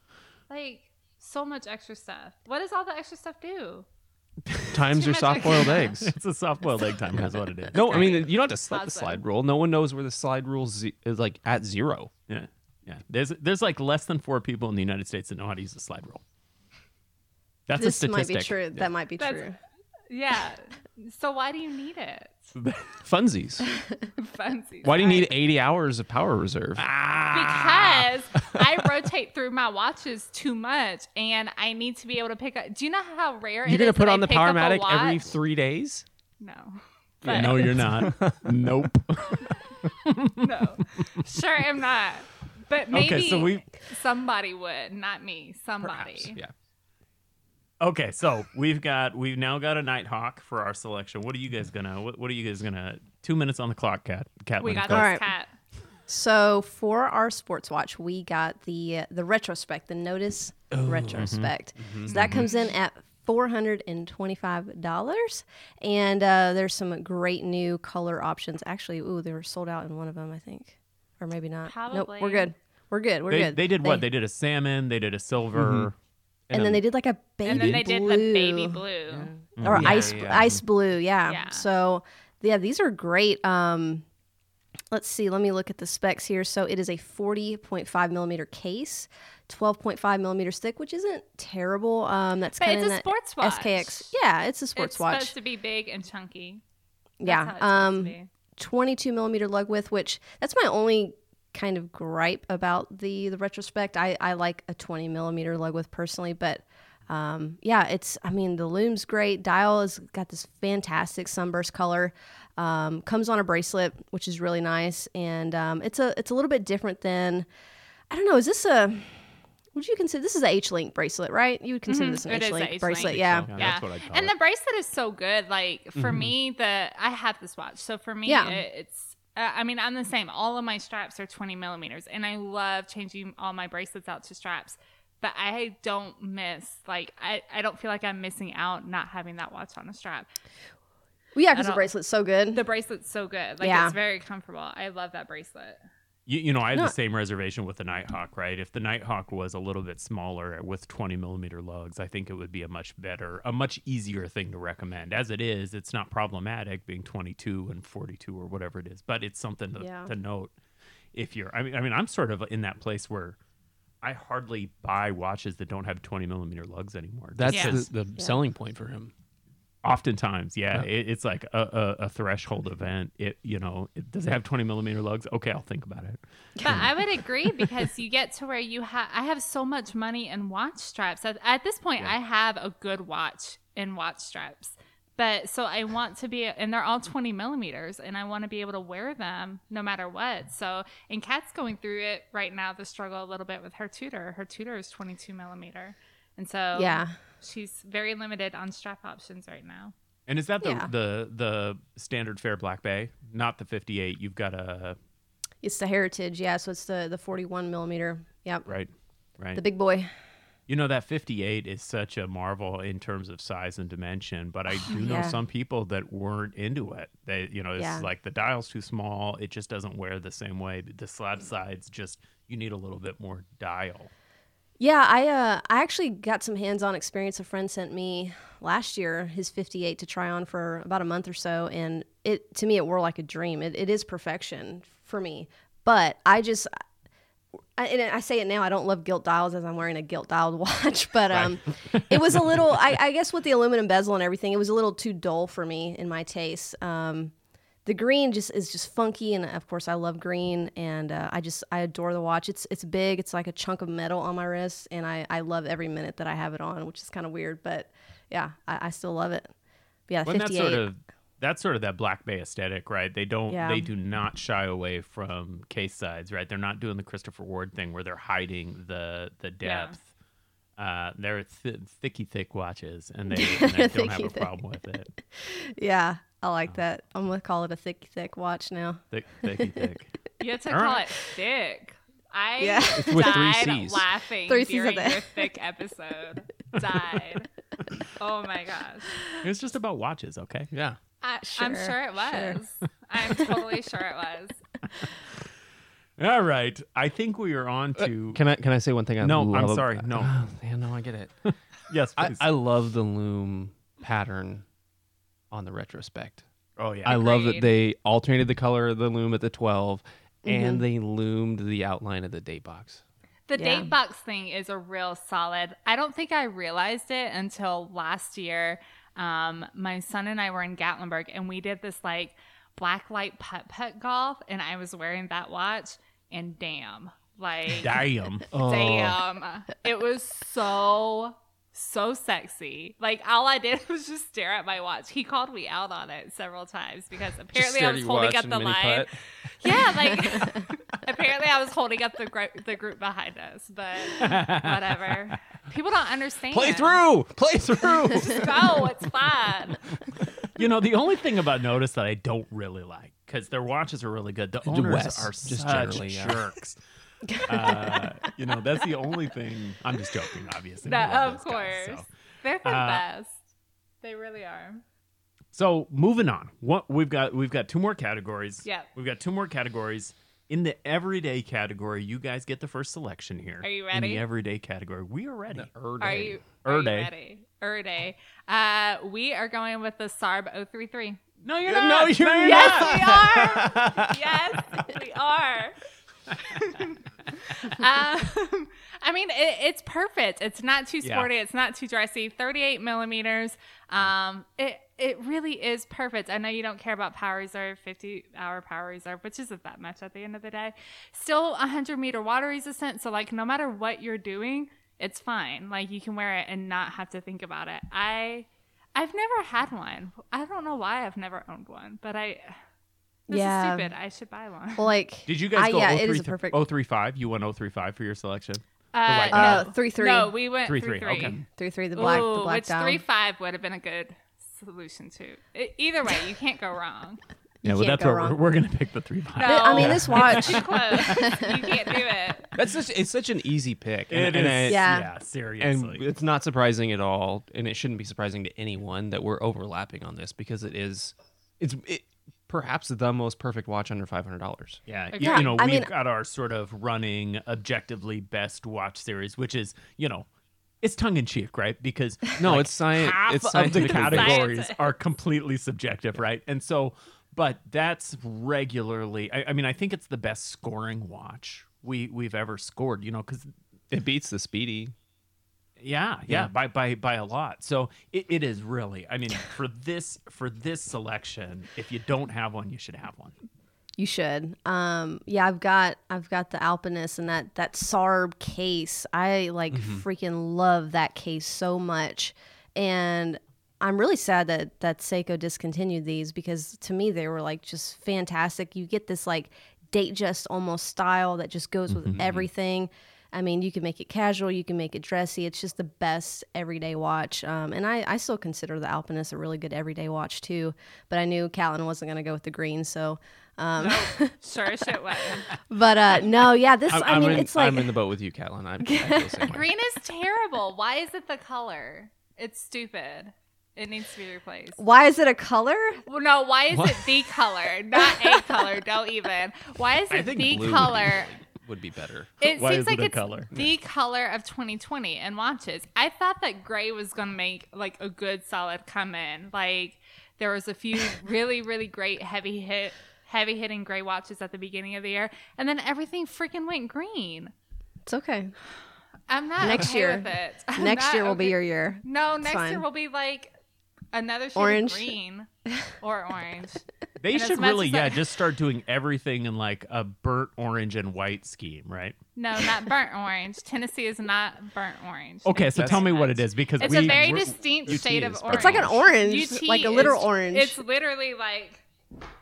Like so much extra stuff. What does all the extra stuff do? Times Too your much soft boiled exercise. [laughs] eggs. It's a soft boiled egg timer, is what it is. No, I mean you don't have to slide the Awesome. slide rule. No one knows where the slide rule ze- is like at zero. Yeah. Yeah. There's there's like less than four people in the United States that know how to use a slide rule. That's a this might statistic. be true. That might be That's- true. Yeah. so why do you need it? Funsies. [laughs] Fancy Why do you side. need 80 hours of power reserve? Ah. Ah. because I rotate through my watches too much, and I need to be able to pick up. Do you know how rare You're going to put on the Powermatic watch? every three days? no, No, [laughs] you're not. nope. no, sure I'm not. But maybe Okay, so we somebody would, not me. Somebody. Yeah. Okay, so we've got we've now got a Nighthawk for our selection. What are you guys gonna what, what are you guys gonna two minutes on the clock, cat cat We got All this go. right. cat. So for our sports watch, we got the the retrospect, the notice retrospect. so that comes in at four hundred and twenty five dollars, and uh, there's some great new color options. Actually, ooh, they were sold out in one of them, I think, or maybe not. Nope, we're Probably. good. We're good. We're They, good. they did what? They did a salmon, they did a silver. and, then they did like a baby And then they did blue the baby blue. or ice yeah. ice blue. Yeah. Yeah. So yeah, these are great. Um, let's see. Let me look at the specs here. So it is a forty point five millimeter case, twelve point five millimeters thick, which isn't terrible. Um, that's But kind it's of a sports watch. SKX. Yeah, it's a sports it's watch. supposed to be big and chunky. That's how yeah. it's supposed to Um, be. twenty two millimeter lug width, which that's my only kind of gripe about the the retrospect. I I like a twenty millimeter lug width personally, but um, yeah, it's. I mean, the loom's great. Dial has got this fantastic sunburst color. Um, comes on a bracelet, which is really nice, and um, it's a it's a little bit different than. I don't know. Is this a? Would you consider this is a H link bracelet, right? You would consider this an Mm-hmm. It is H a link H-link. bracelet, yeah. Yeah, yeah, that's what I'd call and it. Mm-hmm. the bracelet is so good like for me the i have this watch so for me Yeah. it, it's uh, i mean i'm the same all of my straps are 20 millimeters and i love changing all my bracelets out to straps but i don't miss like i, I don't feel like i'm missing out not having that watch on a strap Well, yeah, because the don't- bracelet's so good. the bracelet's so good like Yeah. it's very comfortable i love that bracelet You, you know, I had No. the same reservation with the Nighthawk, right? If the Nighthawk was a little bit smaller with 20 millimeter lugs, I think it would be a much better, a much easier thing to recommend. As it is, it's not problematic being 22 and 42 or whatever it is, but it's something to, Yeah. to note if you're, I mean, I mean, I'm sort of in that place where I hardly buy watches that don't have 20 millimeter lugs anymore. That's Yeah. the, the selling point for him. oftentimes yeah, It, it's like a, a, a threshold event it you know it, does it have 20 millimeter lugs okay i'll think about it But I would agree because you get to where you have. I have so much money in watch straps. At, at this point, I have a good watch in watch straps. But so I want to be, and they're all 20 millimeters, and I want to be able to wear them no matter what. So, and Kat's going through it right now, the struggle a little bit with her tutor. Her tutor is 22 millimeter. And so, Yeah. she's very limited on strap options right now. and is that the Yeah. the, the standard fair black bay not the 58 you've got a It's the heritage, yeah. So it's the the 41 millimeter. Yep. right right The big boy. you know that 58 is such a marvel in terms of size and dimension but [sighs] i do know yeah. some people that weren't into it they you know it's Yeah. like the dial's too small it just doesn't wear the same way the slab sides just you need a little bit more dial Yeah, I uh, I actually got some hands-on experience. A friend sent me last year his 58 to try on for about a month or so, and it to me it wore like a dream. It, it is perfection for me, but I just I, and I say it now. I don't love gilt dials as I'm wearing a gilt dialed [laughs] watch, but um, it was a little. I, I guess with the aluminum bezel and everything, it was a little too dull for me in my taste. Um, the green just is just funky, and of course I love green, and uh, I just I adore the watch. It's it's big. It's like a chunk of metal on my wrist, and I I love every minute that I have it on, which is kind of weird, but yeah, I, I still love it. But yeah, Well, and that's fifty sort eight. of that's sort of that Black Bay aesthetic, right? They don't Yeah. they do not shy away from case sides, right? They're not doing the Christopher Ward thing where they're hiding the the Yeah. depth. Uh, they're th- thicky thick watches, and [laughs] they, and they don't have a Thicky thick. problem with it. Yeah, I Oh. like that. I'm gonna call it a thick thick watch [laughs] now. Thick, thicky thick. You had to All call right. it thick. I Yeah. with three died Cs. laughing Three Cs at during that. your thick episode. died. Oh my gosh. It was just about watches, okay? Yeah. I, I'm Sure, sure it sure. was. I'm totally sure it was. All right, I think we are on to Uh, Can I can I say one thing? I No, I'm love- sorry, no. Ah, [sighs] yeah, no, I get [laughs] it. yes, I, please. I love the loom pattern on the retrospect. oh yeah, I love that Agreed. they alternated the color of the loom at the 12 and Mm-hmm. they loomed the outline of the date box. The Yeah. date box thing is a real solid. I don't think I realized it until last year. Um, my son and I were in Gatlinburg and we did this like black light putt putt golf, and I was wearing that watch, and damn, like damn. damn, it was so so sexy. Like all I did [laughs] was just stare at my watch. He called me out on it several times because apparently I was holding up the line. [laughs] Yeah, like apparently I was holding up the gr- the group behind us, but whatever. People don't understand. Play through! Play through! [laughs] Just go. It's fun. You know, the only thing about Notice that I don't really like because their watches are really good. The owners Wes, are just such generally, yeah. jerks. uh, you know, that's the only thing. I'm just joking, obviously. No, I love of those guys, course. so. They're the Uh, best. They really are. So moving on, what we've got we've got two more categories. Yep. we've got two more categories. In the everyday category, you guys get the first selection here. Are you In ready? the everyday category, we are ready. Are you, Erday. are you ready? Erday. Uh, we are going with the SARB 033. No, you're No, not. you're Yes, we are. yes, we are. um, I mean, it, it's perfect. It's not too Yeah. sporty. It's not too dressy. Thirty-eight millimeters. Um, it it really is perfect. I know you don't care about power reserve, fifty-hour power reserve, which isn't that much at the end of the day. Still, hundred meter water resistant. So, like, no matter what you're doing, it's fine. Like, you can wear it and not have to think about it. I. I've never had one. I don't know why I've never owned one, but I. This Yeah. is stupid. I should buy one. Well, like Did you guys I- go Ah, yeah, 033 it is a perfect. 035? You went 035 for your selection? Uh, white Uh, no. three three No, we went Three, three three, three. okay. three three the black the Ooh, black which down. three five would have been a good solution too. E- either way, you can't go wrong. yeah, well, can't that's go where we're, wrong. we're going to pick the three by. No, I mean, this watch. Too close. you can't [laughs] do it. That's such, it's such an easy pick. It and, is, and I- Yeah. seriously. And it's not surprising at all, and it shouldn't be surprising to anyone that we're overlapping on this because it is, it's it, perhaps the most perfect watch under five hundred dollars. yeah, you, Yeah, you know, I we've mean- got our sort of running objectively best watch series, which is, you know, it's tongue in cheek, right? Because No, like, it's science. half it's of the scientifically based. categories Science. are completely subjective, right? And so, but that's regularly. I, I mean, I think it's the best scoring watch we we've ever scored. You know, because [laughs] It beats the Speedy. Yeah, yeah, Yeah. by by by a lot. So it, it is really. I mean, for this for this selection, if you don't have one, you should have one. You should. Um, yeah, I've got I've got the Alpinist and that that Sarb case. I like freaking love that case so much, and I'm really sad that that Seiko discontinued these because to me they were like just fantastic. You get this like date just almost style that just goes with everything. I mean, you can make it casual, you can make it dressy. It's just the best everyday watch. Um, and I, I still consider the Alpinist a really good everyday watch too. But I knew Callan wasn't going to go with the green, so. Um, Sure as shit went. but uh, no, yeah, this. i I'm mean, in, it's like I'm in the boat with you, Catelyn. I, I feel the same way. Green is terrible. Why is it the color? It's stupid. It needs to be replaced. why is it a color? Well, no, why is it the color? Not a color. Don't even. Why is I it think the blue would be- color? would be better. It Why is seems it like a it's color? the color of 2020 and watches. I thought that gray was going to make like a good solid come in. Like there was [laughs] a few really really great heavy hit heavy hitting gray watches at the beginning of the year and then everything freaking went green. It's okay. I'm not Next okay year. with it. [laughs] I'm Next not year will be okay- your year. No, next year fine. will be like another [laughs] shade Orange. of green or orange. They And as should much really, as yeah, I- just start doing everything in like a burnt orange and white scheme, right? No, not burnt orange. Tennessee is not burnt orange. Okay, Thank so you tell me much. what it is because It's we, a very we're- distinct UT shade of is burnt orange. It's like an orange, UT like a literal is- orange. [laughs] It's literally like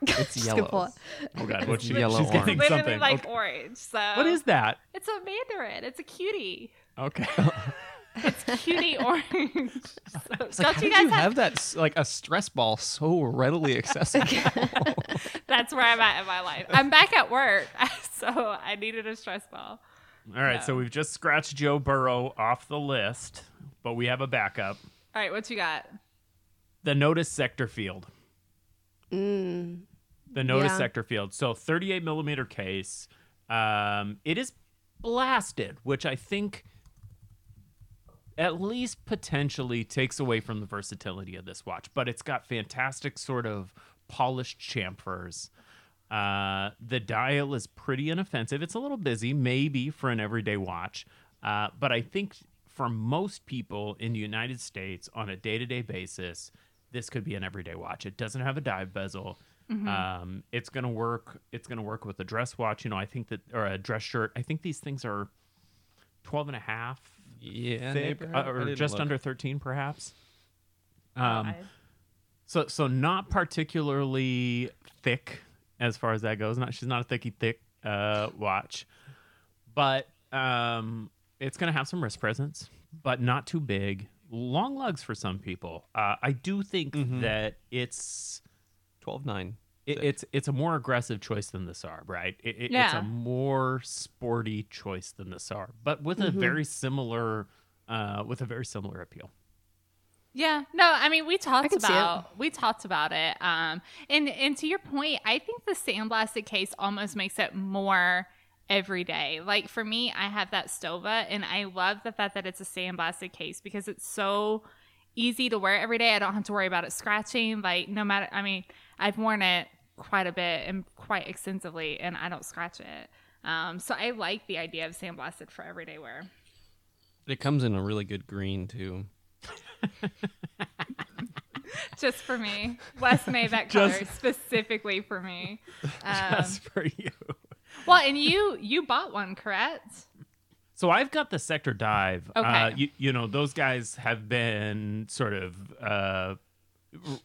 It's Skip yellow. forward. oh god, It's what's she, yellow yellow? She's getting orange. literally something. like Okay. orange. So What is that? It's a mandarin. It's a cutie. [laughs] Okay, It's cutie orange. So, It's like, how did you have that s- like a stress ball [laughs] so readily accessible? That's where I'm at in my life. I'm back at work, [laughs] so I needed a stress ball. all right. So we've just scratched Joe Burrow off the list, but we have a backup. All right, what you got? The notice sector field. Mm. the notice Yeah. sector field. So 38 millimeter case. Um, it is blasted, which I think at least potentially takes away from the versatility of this watch. But it's got fantastic sort of polished chamfers. Uh, the dial is pretty inoffensive. It's a little busy, maybe for an everyday watch, uh, but I think for most people in the United States on a day-to-day basis, this could be an everyday watch. It doesn't have a dive bezel. Um, it's gonna work. It's gonna work with a dress watch. You know, I think that or a dress shirt. I think these things are 12 and a half yeah, thick, uh, or just under 13 perhaps. Um, I- so so not particularly thick as far as that goes. Not she's not a thicky thick uh, watch, but um, it's gonna have some wrist presence, but not too big. Long lugs for some people. Uh, I do think that it's twelve nine. it, Thick. it's it's a more aggressive choice than the Saab, right? It, it- It's Yeah. a more sporty choice than the Saab, but with a very similar uh, with a very similar appeal. Yeah, no, I mean we talked can see it. about we talked about it. Um and and to your point, I think the sandblasted case almost makes it more everyday. Like for me, I have that Stova and I love the fact that it's a sandblasted case because it's so easy to wear every day. I don't have to worry about it scratching. Like no matter I mean, I've worn it quite a bit and quite extensively and I don't scratch it. Um so I like the idea of sandblasted for everyday wear. It comes in a really good green too. just for me. Wes made that color Just- specifically for me. [laughs] Um, That's for you. well, and you you bought one, correct? So I've got the sector dive. Uh, Okay. you, you know, those guys have been sort of uh, r-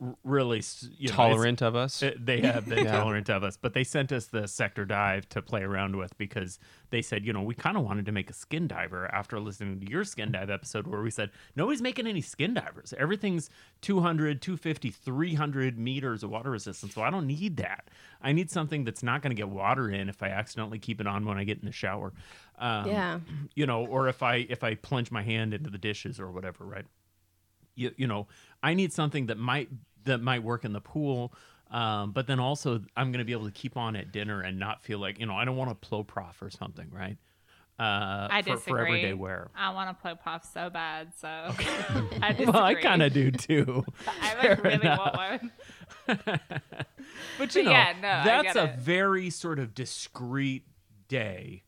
r- really s- you know, it's- Tolerant of us. uh, they have been Yeah. tolerant of us, but they sent us the sector dive to play around with because they said, you know, we kind of wanted to make a skin diver after listening to your skin dive episode where we said, nobody's making any skin divers. Everything's 200, 250, 300 meters of water resistance. So I don't need that. I need something that's not going to get water in if I accidentally keep it on when I get in the shower. Um, Yeah. You know, or if I if I plunge my hand into the dishes or whatever, right? you, you know i need something that might that might work in the pool um, but then also i'm going to be able to keep on at dinner and not feel like you know i don't want a ploprof or something right uh, I for, disagree. for everyday wear I want to play puff so bad, so I [laughs] disagree. well i kind of do too [laughs] I like, really want [laughs] one. but you But know yeah, no, I that's get a it. very sort of discreet day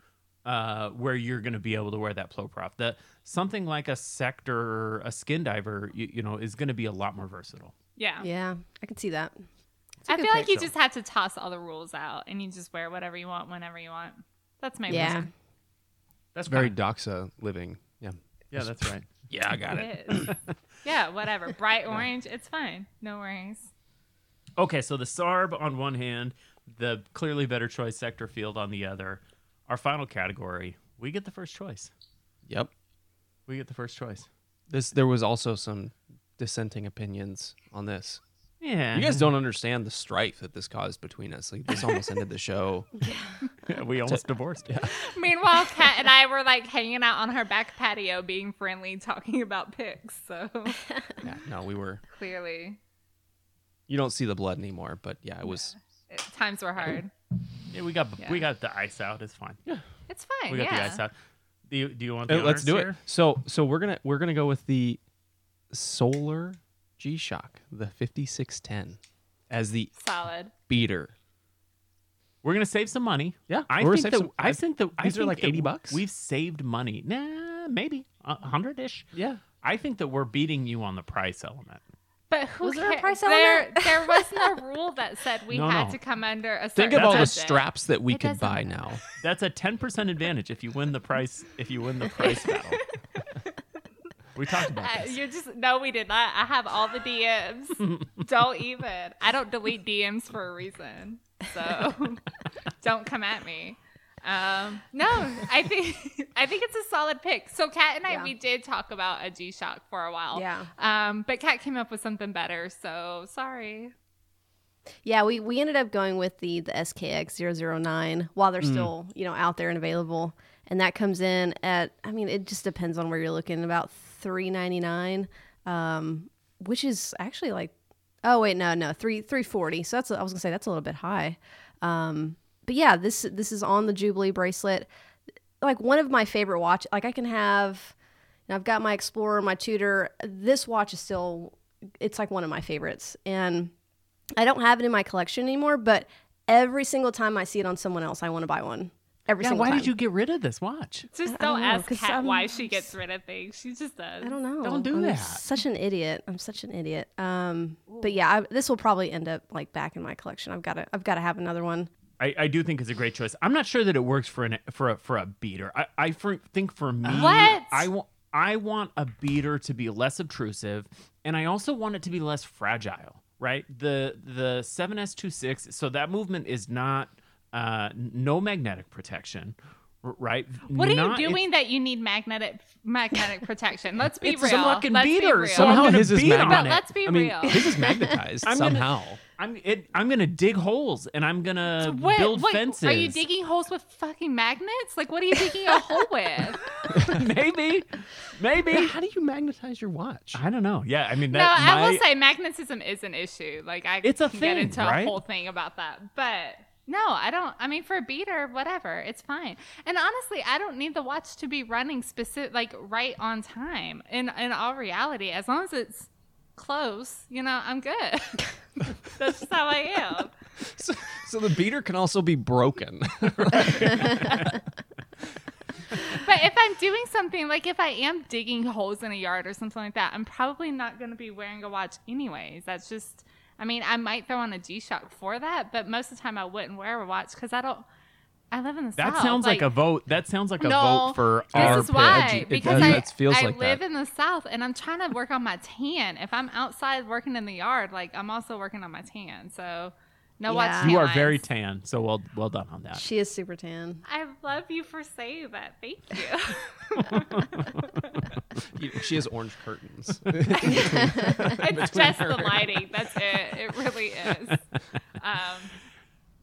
uh, where you're going to be able to wear that ploprof that something like a sector a skin diver you, you know is going to be a lot more versatile Yeah, Yeah, I could see that. It's a I good feel like pick. you just have to toss all the rules out and you just wear whatever you want whenever you want. That's my Yeah. reason. that's Very fine. doxa living. Yeah. yeah that's right yeah [laughs] i got It [laughs] is. yeah, whatever. Bright orange, it's fine. No worries. Okay, so the Sarb on one hand, the clearly better choice sector field on the other. Our final category, we get the first choice. Yep. We get the first choice. This there was also some dissenting opinions on this. Yeah, You guys don't understand the strife that this caused between us. Like this almost [laughs] ended the show. we almost divorced. Yeah. Meanwhile, Kat and I were like hanging out on her back patio, being friendly, talking about pics. So Yeah, no, we were. clearly, You don't see the blood anymore, but yeah, it was. it, times were hard. we got we Yeah. got the ice out. It's fine. Yeah, It's fine. we got yeah. the ice out. Do you, Uh, do you want? The let's honors do it. here? So so we're gonna we're gonna go with the Solar G Shock, the fifty six ten, as the Solid. beater. We're gonna save some money. Yeah, I we're gonna think save that some- I think that I These are think like that 80 bucks? We've saved money. Nah, maybe a hundred ish. Yeah. I think that we're beating you on the price element. But who Was there a ca- price on there, that? there wasn't a rule that said we [laughs] No, had no. to come under a certain Think Think of all the That's budget. straps that we It could doesn't buy matter. now. That's a ten percent advantage if you win the price. If you win the price [laughs] battle, we talked [laughs] about Uh, this. you're just no, we did not. I have all the DMs. don't even. I don't delete DMs for a reason. So don't come at me. Um, no, I think [laughs] I think it's a solid pick. So Kat and I Yeah. we did talk about a G Shock for a while. Yeah. Um, but Kat came up with something better. So sorry. Yeah, we, we ended up going with the the SKX 009 while Mm. they're still, you know, out there and available. And that comes in at I mean, it just depends on where you're looking, about 399, um, which is actually like oh wait, no, no, 3 340. So that's I was going to say that's a little bit high. Um, but yeah, this this is on the Jubilee bracelet. Like one of my favorite watch, like I can have and I've got my Explorer, my Tudor. This watch is still it's like one of my favorites. And I don't have it in my collection anymore, but every single time I see it on someone else, I want to buy one. Every Yeah, single why time. did you get rid of this watch? Just don't don't know, ask 'cause Kat I'm- why she gets rid of things. She just does. I don't know. Don't do I'm that. Such an idiot. I'm such an idiot. Um, but yeah, I, this will probably end up like back in my collection. I've got to. I've got to have another one. I, I do think it's a great choice. I'm not sure that it works for an for a, for a beater. I I for, think for me, What? I want I want a beater to be less obtrusive, and I also want it to be less fragile. Right? The the 7S26, so that movement is not uh n- no magnetic protection, r- right? What are Not- you it's- doing that you need magnetic magnetic protection? Let's be It's real. a fucking Let's be beater. real. So I'm Somehow gonna his is beat on But it. let's be I mean, real. his [laughs] is magnetized I'm gonna- somehow. I'm it, I'm gonna dig holes and I'm gonna What- Uh, build what- fences. Are you digging holes with fucking magnets? Like, what are you digging a hole with? [laughs] maybe, [laughs] Yeah, maybe. how do you magnetize your watch? I don't know. Yeah, I mean no, that. I will my- say magnetism is an issue. Like, I It's a can thing, get into right? a whole thing about that. But no, I don't. I mean, for a beater, whatever, it's fine. And honestly, I don't need the watch to be running specific, like right on time. In in all reality, as long as it's close, you know, I'm good. [laughs] That's just how I am. So, so the beater can also be broken. But if I'm doing something like if I am digging holes in a yard or something like that, I'm probably not going to be wearing a watch anyways. That's just, I mean, I might throw on a G-Shock for that, but most of the time I wouldn't wear a watch because I don't. I live in the That south. sounds like, a vote. That sounds like a no, vote for this our is pick. why It- it because does. I, It feels I like live that. in the south and I'm trying to work on my tan. If I'm outside working in the yard, like I'm also working on my tan. So no Yeah. watch. You tan are very lines. tan, so well well done on that. She is super tan. I love you for saying that. Thank you. [laughs] [laughs] You- she has orange [laughs] curtains. [laughs] It's just the lighting. That's it. It really [laughs] is. Um,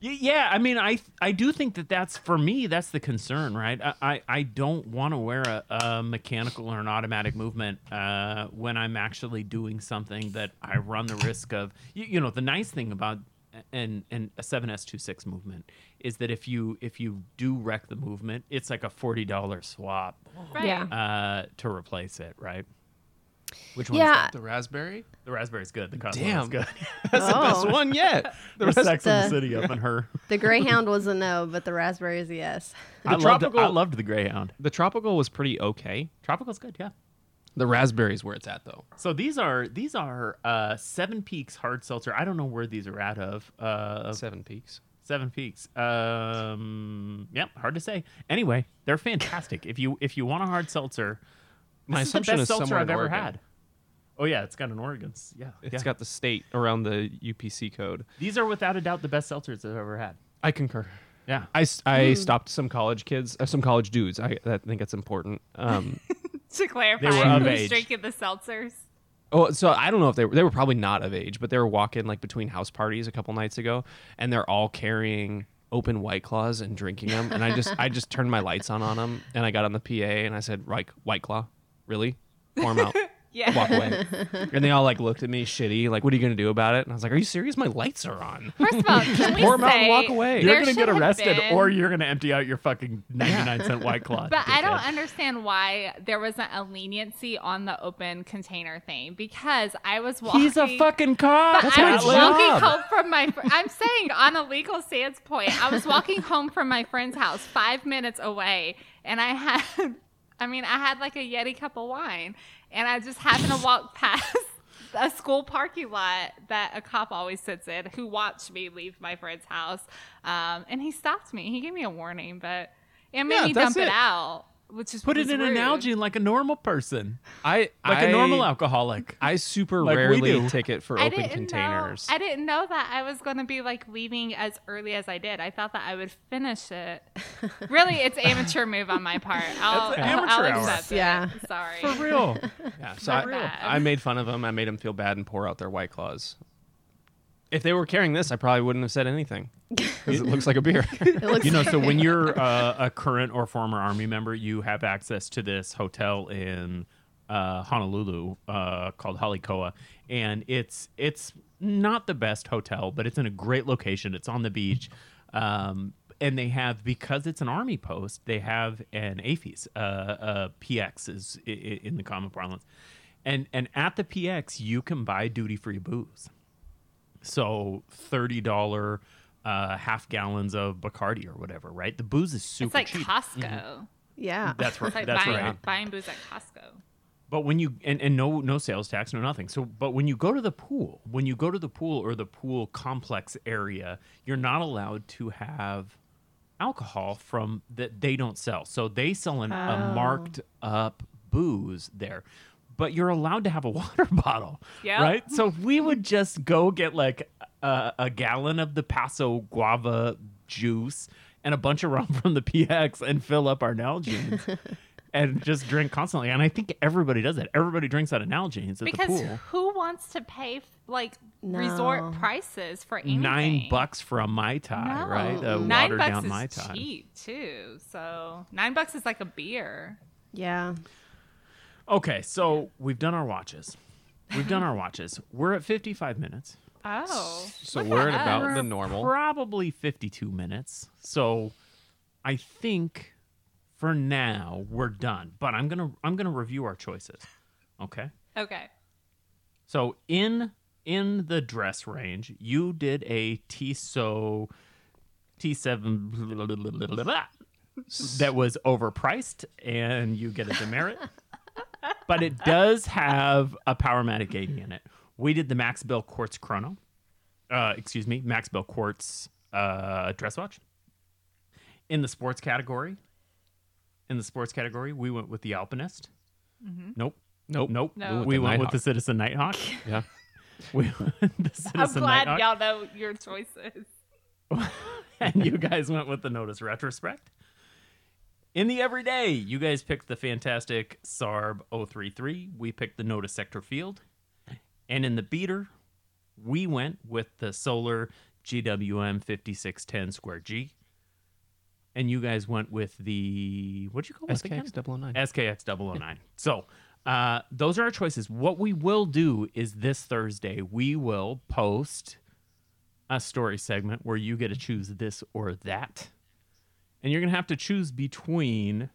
Y- Yeah, I mean, I I do think that that's for me. That's the concern, right? I I, I don't want to wear a, a mechanical or an automatic movement uh, when I'm actually doing something that I run the risk of. You, you know, the nice thing about and and a 7s26 movement is that if you if you do wreck the movement, it's like a forty dollar swap right. [laughs] Yeah. uh, to replace it, right? Which one's Yeah. the raspberry? The raspberry's good. The Cosmo Damn. is [laughs] good. [laughs] That's the Oh. best one [laughs] yet. The There's rest- sex in the the- city up in her. The Greyhound was a no, but the Raspberry is a yes. I loved, tropical- I loved [laughs] the Greyhound. the tropical was pretty okay. Tropical's good, yeah. The raspberry's where it's at though. So these are these are uh, Seven Peaks hard seltzer. I don't know where these are out of. Uh, Seven Peaks. Seven Peaks. Um, yep, hard to say. Anyway, they're fantastic. if you if you want a hard seltzer, this My is the assumption best is seltzer somewhere I've in ever Oregon. had. Oh yeah, it's got an Oregon. s- Yeah, It's yeah. got the state around the UPC code. these are without a doubt the best seltzers I've ever had. I concur. Yeah, I, s- I stopped some college kids, uh, some college dudes. I, I think that's important. Um, To clarify, They were of who's age. drinking the seltzers? oh, so I don't know if they were, they were probably not of age, but they were walking like between house parties a couple nights ago, and they're all carrying open white claws and drinking them. And I just I just turned my lights on on them, and I got on the PA and I said, "Right, white claw, really? Pour 'em out." [laughs] Yeah. Walk away, and they all like looked at me shitty, like, "What are you gonna do about it?" And I was like, "Are you serious? My lights are on." First of all, can we pour 'em out and say walk away. you're there gonna should get have arrested, been- or you're gonna empty out your fucking ninety nine cent white claw. But I don't dickhead. understand why there wasn't a leniency on the open container thing because I was [laughs] walking. He's a fucking cop. But I my was job. walking home from my. Fr- I'm saying on a legal stance point, I was walking home from my friend's house, five minutes away, and I [laughs] had, I mean, I had like a Yeti cup of wine, and I just happened to walk [laughs] past a school parking lot that a cop always sits in who watched me leave my friend's house. Um, and he stopped me. He gave me a warning, but it made Yeah, me that's dump it. it. out, which is Put it was in rude. an Nalgene like a normal person, I like a a normal alcoholic. I super Like we rarely do. ticket for I open didn't containers. Know, I didn't know that I was going to be like leaving as early as I did. I thought that I would [laughs] finish it. really, it's amateur move on my part. I'll, That's an I'll- I'll amateur hour. accept it. Yeah. Sorry. For [laughs] real. yeah, so Not I, bad. I made fun of them. I made them feel bad and pour out their white claws. If they were carrying this, I probably wouldn't have said anything because it looks like a beer. It looks you know, so when you're uh, a current or former army member, you have access to this hotel in uh, Honolulu uh, called Halikoa, and it's it's not the best hotel, but it's in a great location. It's on the beach, um, and they have because it's an army post, they have an APHES, uh, uh, PX is i- i- in the common parlance, and and at the PX you can buy duty free booze. So thirty dollar uh, half gallons of Bacardi or whatever, right? The booze is super it's like cheap. Costco. yeah. That's right. It's like That's buying, right. buying booze at Costco. But when you and, and no no sales tax, no nothing. So but when you go to the pool, when you go to the pool or the pool complex area, you're not allowed to have alcohol from that they don't sell. So they sell an, Oh. a marked up booze there. But you're allowed to have a [laughs] water bottle, Yep. right? So we would just go get like a, a gallon of the Paso guava juice and a bunch of rum [laughs] from the PX and fill up our [laughs] Nalgene's and just drink constantly. And I think everybody does that. Everybody drinks out of Nalgene's at Because the pool. who wants to pay f- like No. resort prices for anything? Nine bucks for a mai tai, No. right? A nine watered bucks down is mai tai. cheap too. So nine bucks is like a beer. Yeah. Okay, so we've done our watches. We've done our watches. We're at 55 minutes. Oh, so look we're at us. about the normal. Probably 52 minutes. So I think for now we're done. But I'm going to I'm going to review our choices. Okay? okay. So in in the dress range, you did a Tissot T7 blah, blah, blah, blah, blah, blah, that was overpriced and you get a [laughs] demerit. but it does have a Powermatic 80 in it. We did the Max Bell Quartz Chrono. Uh, excuse me, Max Bell Quartz uh, dress watch. In the sports category, in the sports category, we went with the Alpinist. Nope. Nope. Nope. Mm-hmm. No. We went with Nighthawk. the Citizen [laughs] Nighthawk. Yeah. We went the I'm Citizen glad Nighthawk. y'all know your choices. [laughs] and you guys went with the Notice Retrospect. In the everyday, you guys picked the fantastic Sarb 033. We picked the Notice Sector Field. And in the beater, we went with the Solar GWM 5610 Square G. And you guys went with the, what'd you call it? again? SKX 009. SKX 009. So uh, those are our choices. What we will do is this Thursday, we will post a story segment where you get to choose this or that. And you're going to have to choose between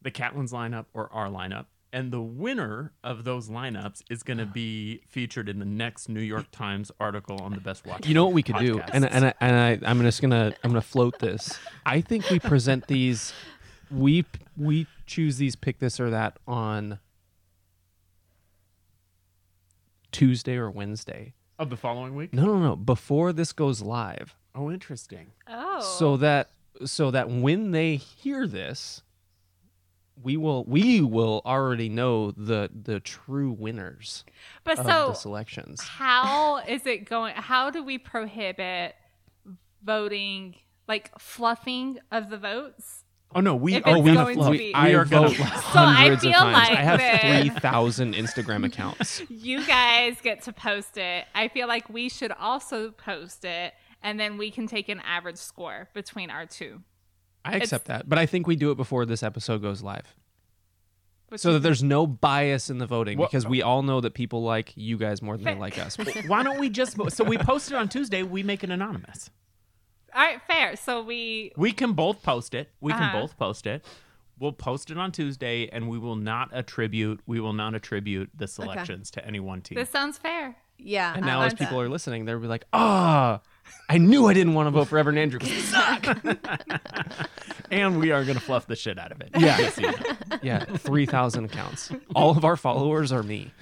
the Catlin's lineup or our lineup. And the winner of those lineups is going to be featured in the next New York Times article on the best watch. You know what we could do, and and I, and I I'm just gonna I'm gonna float this. I think we present these. We we choose these, pick this or that on Tuesday or Wednesday. of the following week. No, no, no. Before this goes live, Oh, interesting. Oh, so that so that when they hear this, we will we will already know the the true winners but of so the [laughs] selections. how is it going? How do we prohibit voting, like fluffing of the votes? Oh, no. We If are it's going going to fluff. be- We I are going to vote fluff. hundreds So I of feel times. like I have that- three thousand Instagram accounts. [laughs] You guys get to post it. I feel like we should also post it, and then we can take an average score between our two. I accept that, but I think we do it before this episode goes live, Which so that is- there's no bias in the voting Well- because we all know that people like you guys more than they like [laughs] us. Why don't we just so we post it on Tuesday? We make it anonymous. all right, fair. So we We can both post it. We can Uh-huh. both post it. We'll post it on Tuesday, and we will not attribute. We will not attribute the selections to any one team. this sounds fair. Yeah. And I now, like as people that. are listening, they'll be like, "Ah, I knew I didn't want to vote for Evan Andrew. 'cause he sucked." and we are gonna fluff the shit out of it. [laughs] Yeah. Just so you know. yeah, three thousand accounts. All of our followers are me.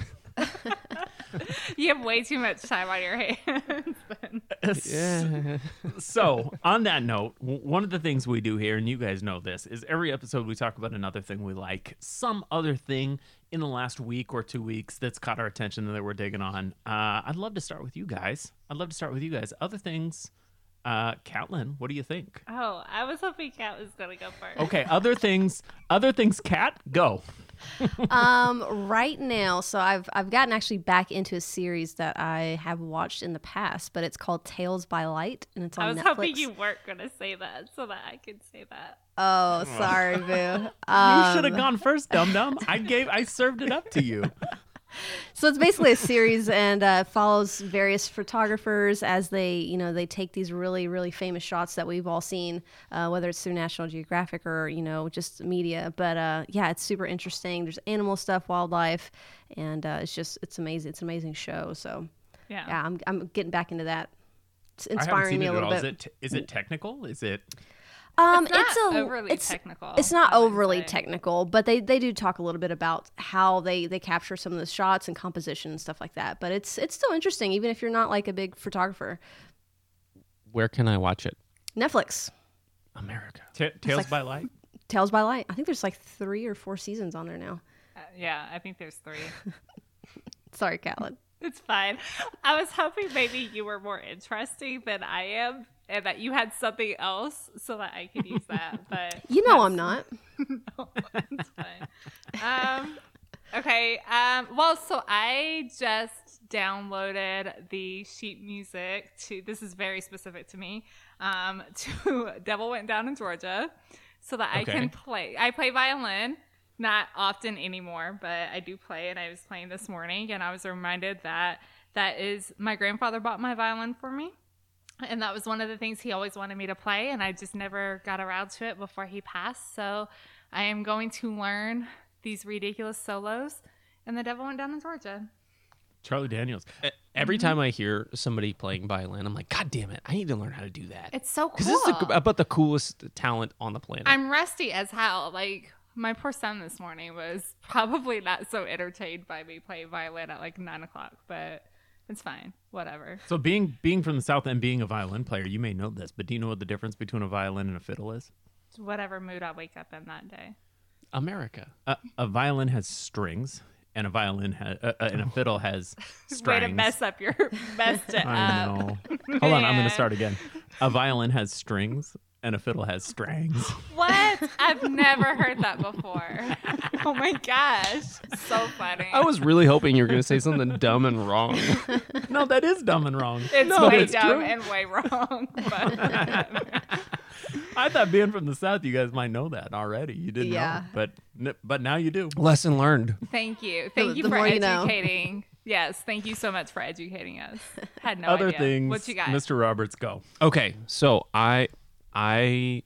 You have way too much time on your [laughs] hands. Yeah. so on that note w- one of the things we do here and you guys know this is every episode we talk about another thing we like some other thing in the last week or two weeks that's caught our attention that we're digging on uh, i'd love to start with you guys i'd love to start with you guys other things uh catlin what do you think oh, I was hoping Cat was gonna go first. okay other things other things cat go um, right now, so I've I've gotten actually back into a series that I have watched in the past, but it's called Tales by Light, and it's on I was Netflix. hoping you weren't gonna say that so that I could say that. Oh, sorry, boo. Hmm. [laughs] you should Um, have gone first dum dum i gave i served it up to you so it's basically a series and uh, follows various photographers as they, you know, they take these really, really famous shots that we've all seen, uh, whether it's through National Geographic or you know just media. But uh, yeah, it's super interesting. There's animal stuff, wildlife, and uh, it's just it's amazing. It's an amazing show. So Yeah. yeah, I'm I'm getting back into that. It's i haven't inspiring seen me it a at little all is bit. it, is it technical is it Um, It's not a overly it's, technical, It's not I wouldn't overly say. technical, but they, they do talk a little bit about how they, they capture some of the shots and composition and stuff like that. But it's it's still interesting, even if you're not like a big photographer. Where can I watch it? Netflix, America. Ta tales by light Tales by Light. I think there's like three or four seasons on there now. Uh, yeah, I think there's three. Sorry, Catelyn. [laughs] It's fine. I was hoping maybe you were more interesting than I am and that you had something else so that I could use that. But You know I'm not. it's fine. Um, okay. Um, well, so I just downloaded the sheet music to, this is very specific to me, um, [laughs] to Devil Went Down in Georgia so that I Okay. can play. I play violin, not often anymore, but I do play and I was playing this morning and I was reminded that that is my grandfather bought my violin for me. And that was one of the things he always wanted me to play, and I just never got around to it before he passed. So I am going to learn these ridiculous solos. And the devil went down in Georgia. charlie daniels E, Every Mm-hmm. time I hear somebody playing violin, I'm like, God damn it! I need to learn how to do that. It's so Because cool. this is about the coolest talent on the planet. I'm rusty as hell. Like my poor son this morning was [laughs] probably not so entertained by me playing violin at like nine o'clock, but it's fine. Whatever. So being being from the south and being a violin player, you may know this, but do you know what the difference between a violin and a fiddle is? It's whatever mood I wake up in that day. America. A, a violin has strings, and a violin ha- uh, uh, and a fiddle has strings. [laughs] Way to mess up your [laughs] messed it I up. know. Hold on, I'm Man. gonna start [laughs] again. A violin has strings, and a fiddle has strangs. What? I've never heard that before. oh my gosh. So funny. I was really hoping you were going to say something dumb and wrong. no, that is dumb and wrong. it's No, way it's dumb true. and way wrong. [laughs] But I thought being from the south, you guys might know that already. You didn't Yeah. know, but n- but now you do. [laughs] Lesson learned. thank you. Thank The- you the for more you know. educating. Yes, thank you so much for educating us. Had no Other idea. things, What you got? Mr. Roberts, go. Okay, so I I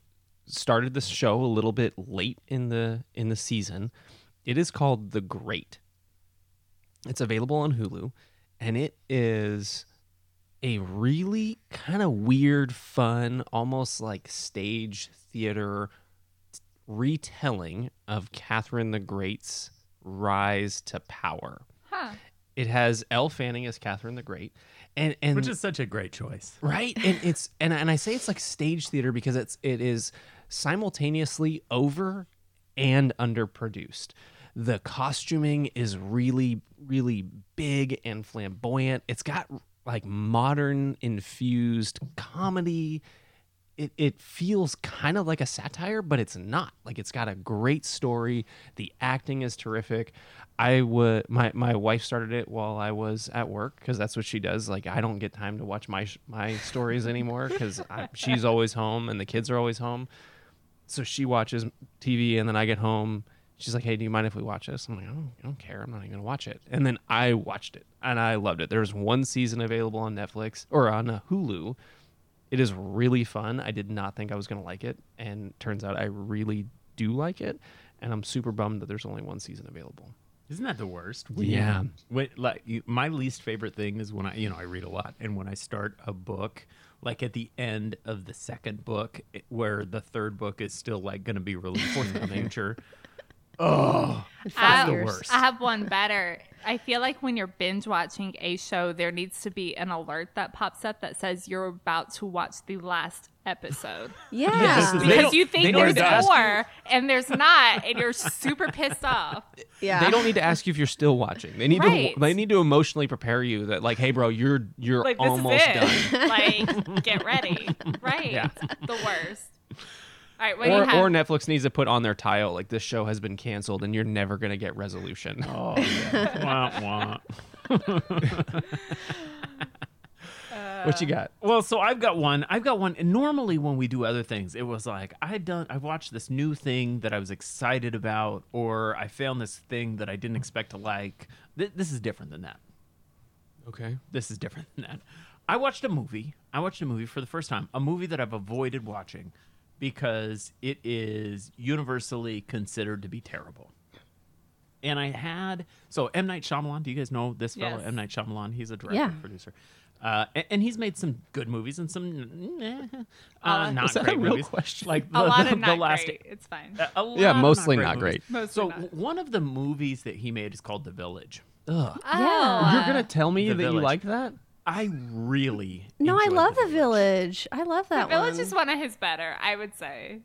started this show a little bit late in the in the season. It is called The Great. It's available on Hulu and it is a really kind of weird, fun, almost like stage theater retelling of Catherine the Great's rise to power. Huh. It has Elle Fanning as Catherine the Great, and and Which is such a great choice. right and it's and, and i say it's like stage theater because it's it is simultaneously over and underproduced the costuming is really really big and flamboyant it's got like modern infused comedy it, it feels kind of like a satire, but it's not. Like it's got a great story. The acting is terrific. I would my my wife started it while I was at work because that's what she does. Like I don't get time to watch my sh- my stories anymore because she's always home and the kids are always home. So she watches TV and then I get home. She's like, "Hey, do you mind if we watch this?" I'm like, "I don't, I don't care. I'm not even gonna watch it." And then I watched it and I loved it. There's one season available on Netflix or on uh, Hulu. It is really fun. I did not think I was going to like it, and turns out I really do like it. And I'm super bummed that there's only one season available. Isn't that the worst? Yeah. When, like you, my least favorite thing is when I, you know, I read a lot, and when I start a book, like at the end of [laughs] the second book, it- where the third book is still like going to be released in the future, in five I, the years. worst. I have one better. I feel like when you're binge watching a show, there needs to be an alert that pops up that says you're about to watch the last episode. Yeah. This is- [laughs] They Because don't- you they think don't there's need to ask more and there's not, and you're super pissed off. yeah. They don't need to ask you if you're still watching. They need [laughs] Right. to they need to emotionally prepare you that like, hey bro, you're you're Like this almost is done. it. [laughs] Like [laughs] get ready. Right. Yeah. The worst. All right, what do you Or, have? or Netflix needs to put on their tile like this show has been canceled and you're never gonna get resolution. Oh, yeah. wah, wah. [laughs] what you got? Well, so I've got one. I've got one. And normally when we do other things, it was like I done I watched this new thing that I was excited about, or I found this thing that I didn't expect to like. Th- this is different than that. Okay. This is different than that. I watched a movie. I watched a movie for the first time. A movie that I've avoided watching because it is universally considered to be terrible. And I had so M Night Shyamalan. Do you guys know this fellow? Yes. M Night Shyamalan. He's a director Yeah. producer, uh, and, and he's made some good movies and some eh, uh, Uh, not Was that a great real movies. question? Like the, a [laughs] lot the, of not the last Uh, great. It's fine. a- a lot Yeah, of mostly not not great. movies. Mostly So not. w- one of the movies that he made is called The Village. Oh, You're gonna tell me The that you Village. like that? I really No, I enjoyed love the Village. village. I love that Village one. is one of his better, I would say.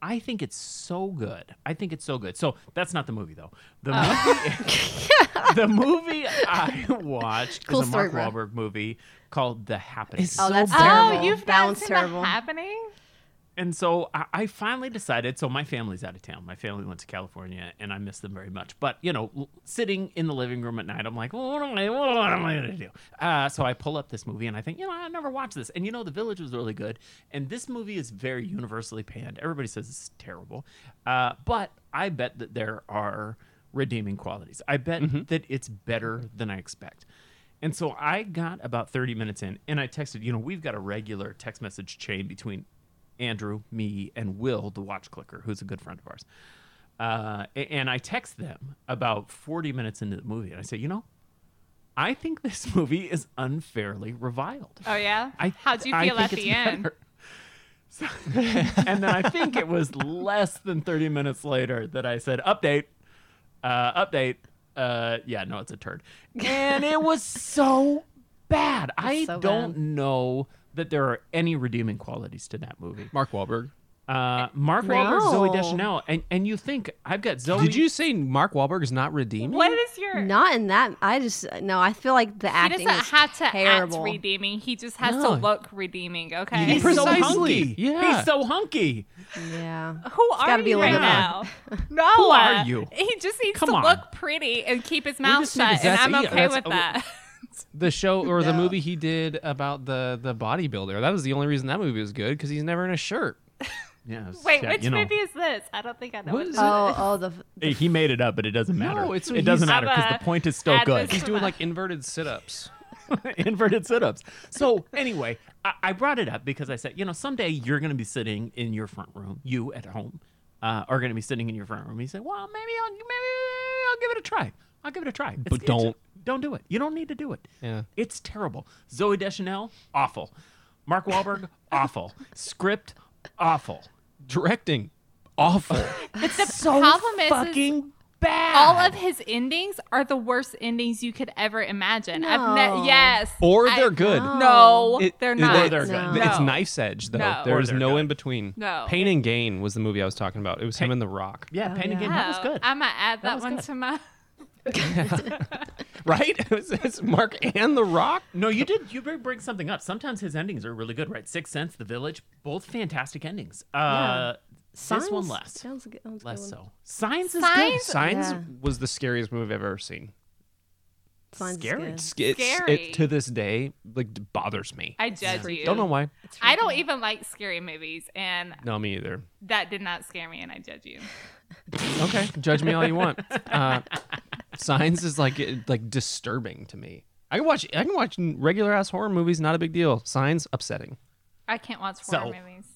I think it's so good. I think it's so good. So that's not the movie though. The Oh. [laughs] movie, [laughs] the movie I watched Cool is a story, Mark bro. Wahlberg movie called The Happening. It's oh, so that's bad. terrible. Oh, you've that not one's seen terrible. that happening? And so I, I finally decided. So my family's out of town. My family went to California, and I miss them very much. But you know, l- sitting in the living room at night, I'm like, what am I, what am I gonna do? Uh, so I pull up this movie, and I think, you know, I never watched this. And you know, The Village was really good, and this movie is very universally panned. Everybody says it's terrible, uh, but I bet that there are redeeming qualities. I bet that it's better than I expect. And so I got about 30 minutes in and I texted, you know, we've got a regular text message chain between Andrew, me, and Will, the watch clicker, who's a good friend of ours. Uh, a- and I text them about 40 minutes into the movie and I say, you know, I think this [laughs] movie is unfairly reviled. Oh yeah. I, How'd you I feel think at it's the end? better. So- [laughs] and then I think it was less than 30 minutes later that I said, update, uh, update. Uh, yeah, no, it's a turd. And it was so bad. I so don't bad. know that there are any redeeming qualities to that movie. Mark Wahlberg. Uh, Mark Wahlberg, Zoe No. Deschanel, and and you think I've got Zoe? Did you say Mark Wahlberg is not redeeming? What is your Not in that. I just no. I feel like the He acting doesn't is have to terrible. act redeeming. He just has No. to look redeeming. Okay. He's so Precisely. hunky. Yeah. he's so hunky. [laughs] yeah. Oh, Who are gotta you be a right little now? [laughs] No. Who are you? He just needs Come to on. look pretty and keep his mouth just need to- shut, and that's- I'm yeah, okay that's- with uh, that. the show or the movie he did about the the bodybuilder? That was the only reason that movie was good because he's never in a shirt. Yeah. Wait, yeah, which you know. movie is this? I don't think I know. What What is is it? Oh, oh, the Hey, he made it up, but it doesn't matter. No, it's- it doesn't he's- matter because I'm the a point is still advocate. good. He's doing like inverted sit ups. [laughs] inverted sit-ups. So anyway, I, I brought it up because I said, you know, someday you're going to be sitting in your front room. You at home uh, are going to be sitting in your front room. You say, well, maybe I'll maybe I'll give it a try. I'll give it a try. It's- But it's- don't. don't do it. You don't need to do it. Yeah. it's terrible. Zoe Deschanel, awful. Mark Wahlberg, [laughs] awful. Script, awful. Directing, awful. [laughs] It's so problem is- is fucking bad. all of his endings are the worst endings you could ever imagine. I've No. ne- yes. Or I- they're good. No, It- they're it- not. they- they're No. good. It's No. knife's edge though. No. There Or is they're no good. in between. No. Pain and Gain was the movie I was talking about. It was him and The Rock. Yeah, Oh, Pain yeah. and Gain. That was good. I'm gonna add that, was one good. to my. Right? [laughs] It was- it's Mark and The Rock. No, you did. You br- bring something up. Sometimes his endings are really good, right? Sixth Sense, The Village, both fantastic endings. Uh, [laughs] This one Signs less, sounds good- sounds good less one. so. Signs is Signs- good. Signs Yeah. was the scariest movie I've ever seen. Signs is Scary. good. Sc- it's- Scary. It, to this day, like d- bothers me. I judge you. Don't know why. I don't even like scary movies, and No, me either. that did not scare me, and I judge you. Okay, judge me all you want. Uh, Signs is like it- like disturbing to me. I can watch I can watch regular ass horror movies, not a big deal. Signs upsetting. I can't watch So- horror movies.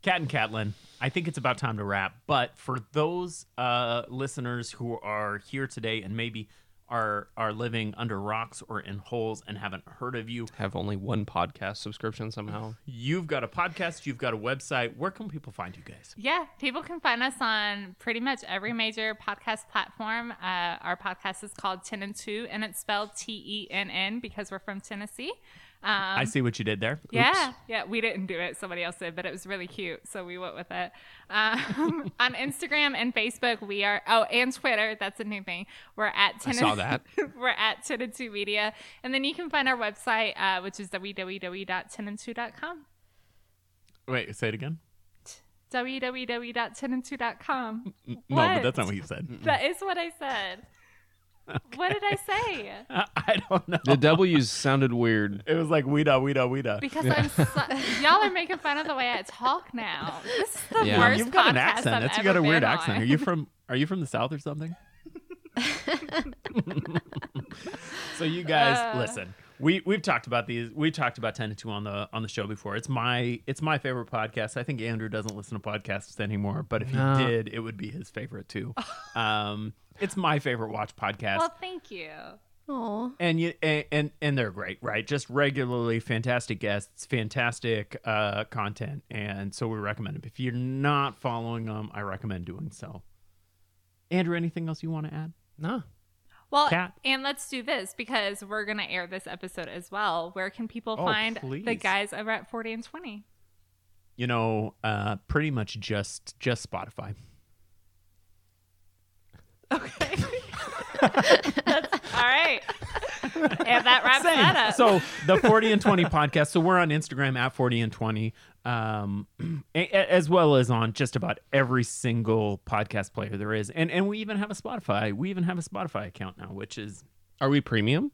Cat and Catlin. I think it's about time to wrap. But for those uh, listeners who are here today and maybe are are living under rocks or in holes and haven't heard of you, Have only one podcast subscription somehow. you've got a podcast, you've got a website. Where can people find you guys? Yeah, people can find us on pretty much every major podcast platform. Uh, our podcast is called 10 and 2, and it's spelled T E N N because we're from Tennessee. Um, I see what you did there. Yeah, yeah, we didn't do it. Somebody else did, but it was really cute, so we went with it. [laughs] Um, on Instagram and Facebook, we are oh, and Twitter. That's a new thing. We're at ten. saw that. [laughs] we're at ten and two media, and then you can find our website, uh, which is www.tenand2.com. Wait, say it again. www.tenand2.com. No, but that's not what you said. [laughs] That is what I said. What did I say? [laughs] I don't know. [laughs] The W's sounded weird. It was like weeda weeda weeda. Because I'm so, y'all are making fun of the way I talk now. This is the Yeah. worst You've got an podcast accent. I've That's you ever got a weird been accent. on. [laughs] Are you from Are you from the South or something? so you guys, Uh. listen. We we've talked about these. We talked about ten to two on the on the show before. It's my it's my favorite podcast. I think Andrew doesn't listen to podcasts anymore, but if No. he did, it would be his favorite [laughs] too. um, it's my favorite watch podcast Well, thank you. Aw. and you and, and and they're great right just regularly fantastic guests fantastic uh content and so we recommend them if you're not following them i recommend doing so andrew anything else you want to add Nah. Well, Kat? and let's do this because we're gonna air this episode as well. Where can people Oh, find the please. guys over at Forty and [laughs] Twenty? you know uh pretty much just just spotify Okay. That's, all right. And that wraps that up. so the 40 and 20 podcast so we're on instagram at 40 and 20 um a- a- as well as on just about every single podcast player there is and and we even have a spotify we even have a spotify account now which is Are we premium?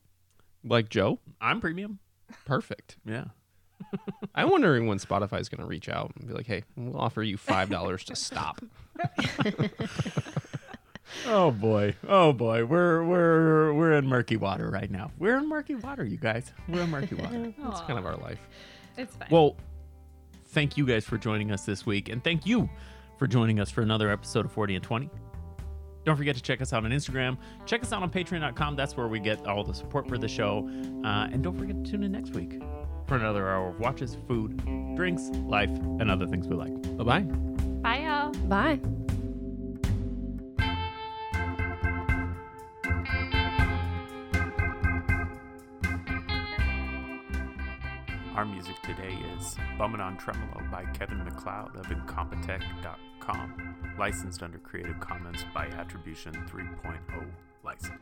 Like Joe? i'm premium Perfect. yeah I'm wondering when Spotify's going to reach out and be like, hey, we'll offer you $5 to stop. Oh boy. Oh boy. We're we're we're in murky water right now. We're in murky water, you guys. We're in murky water. That's Aw, kind of our life. it's fine. well, thank you guys for joining us this week and thank you for joining us for another episode of 40 and 20. Don't forget to check us out on Instagram. Check us out on patreon.com. That's where we get all the support for the show. Uh, and don't forget to tune in next week for another hour of watches, food, drinks, life, and other things we like. Bye bye. Bye, y'all. Bye. Our music today is Bummin' on Tremolo by Kevin McLeod of Incompetech.com, licensed under Creative Commons by Attribution 3.0 license.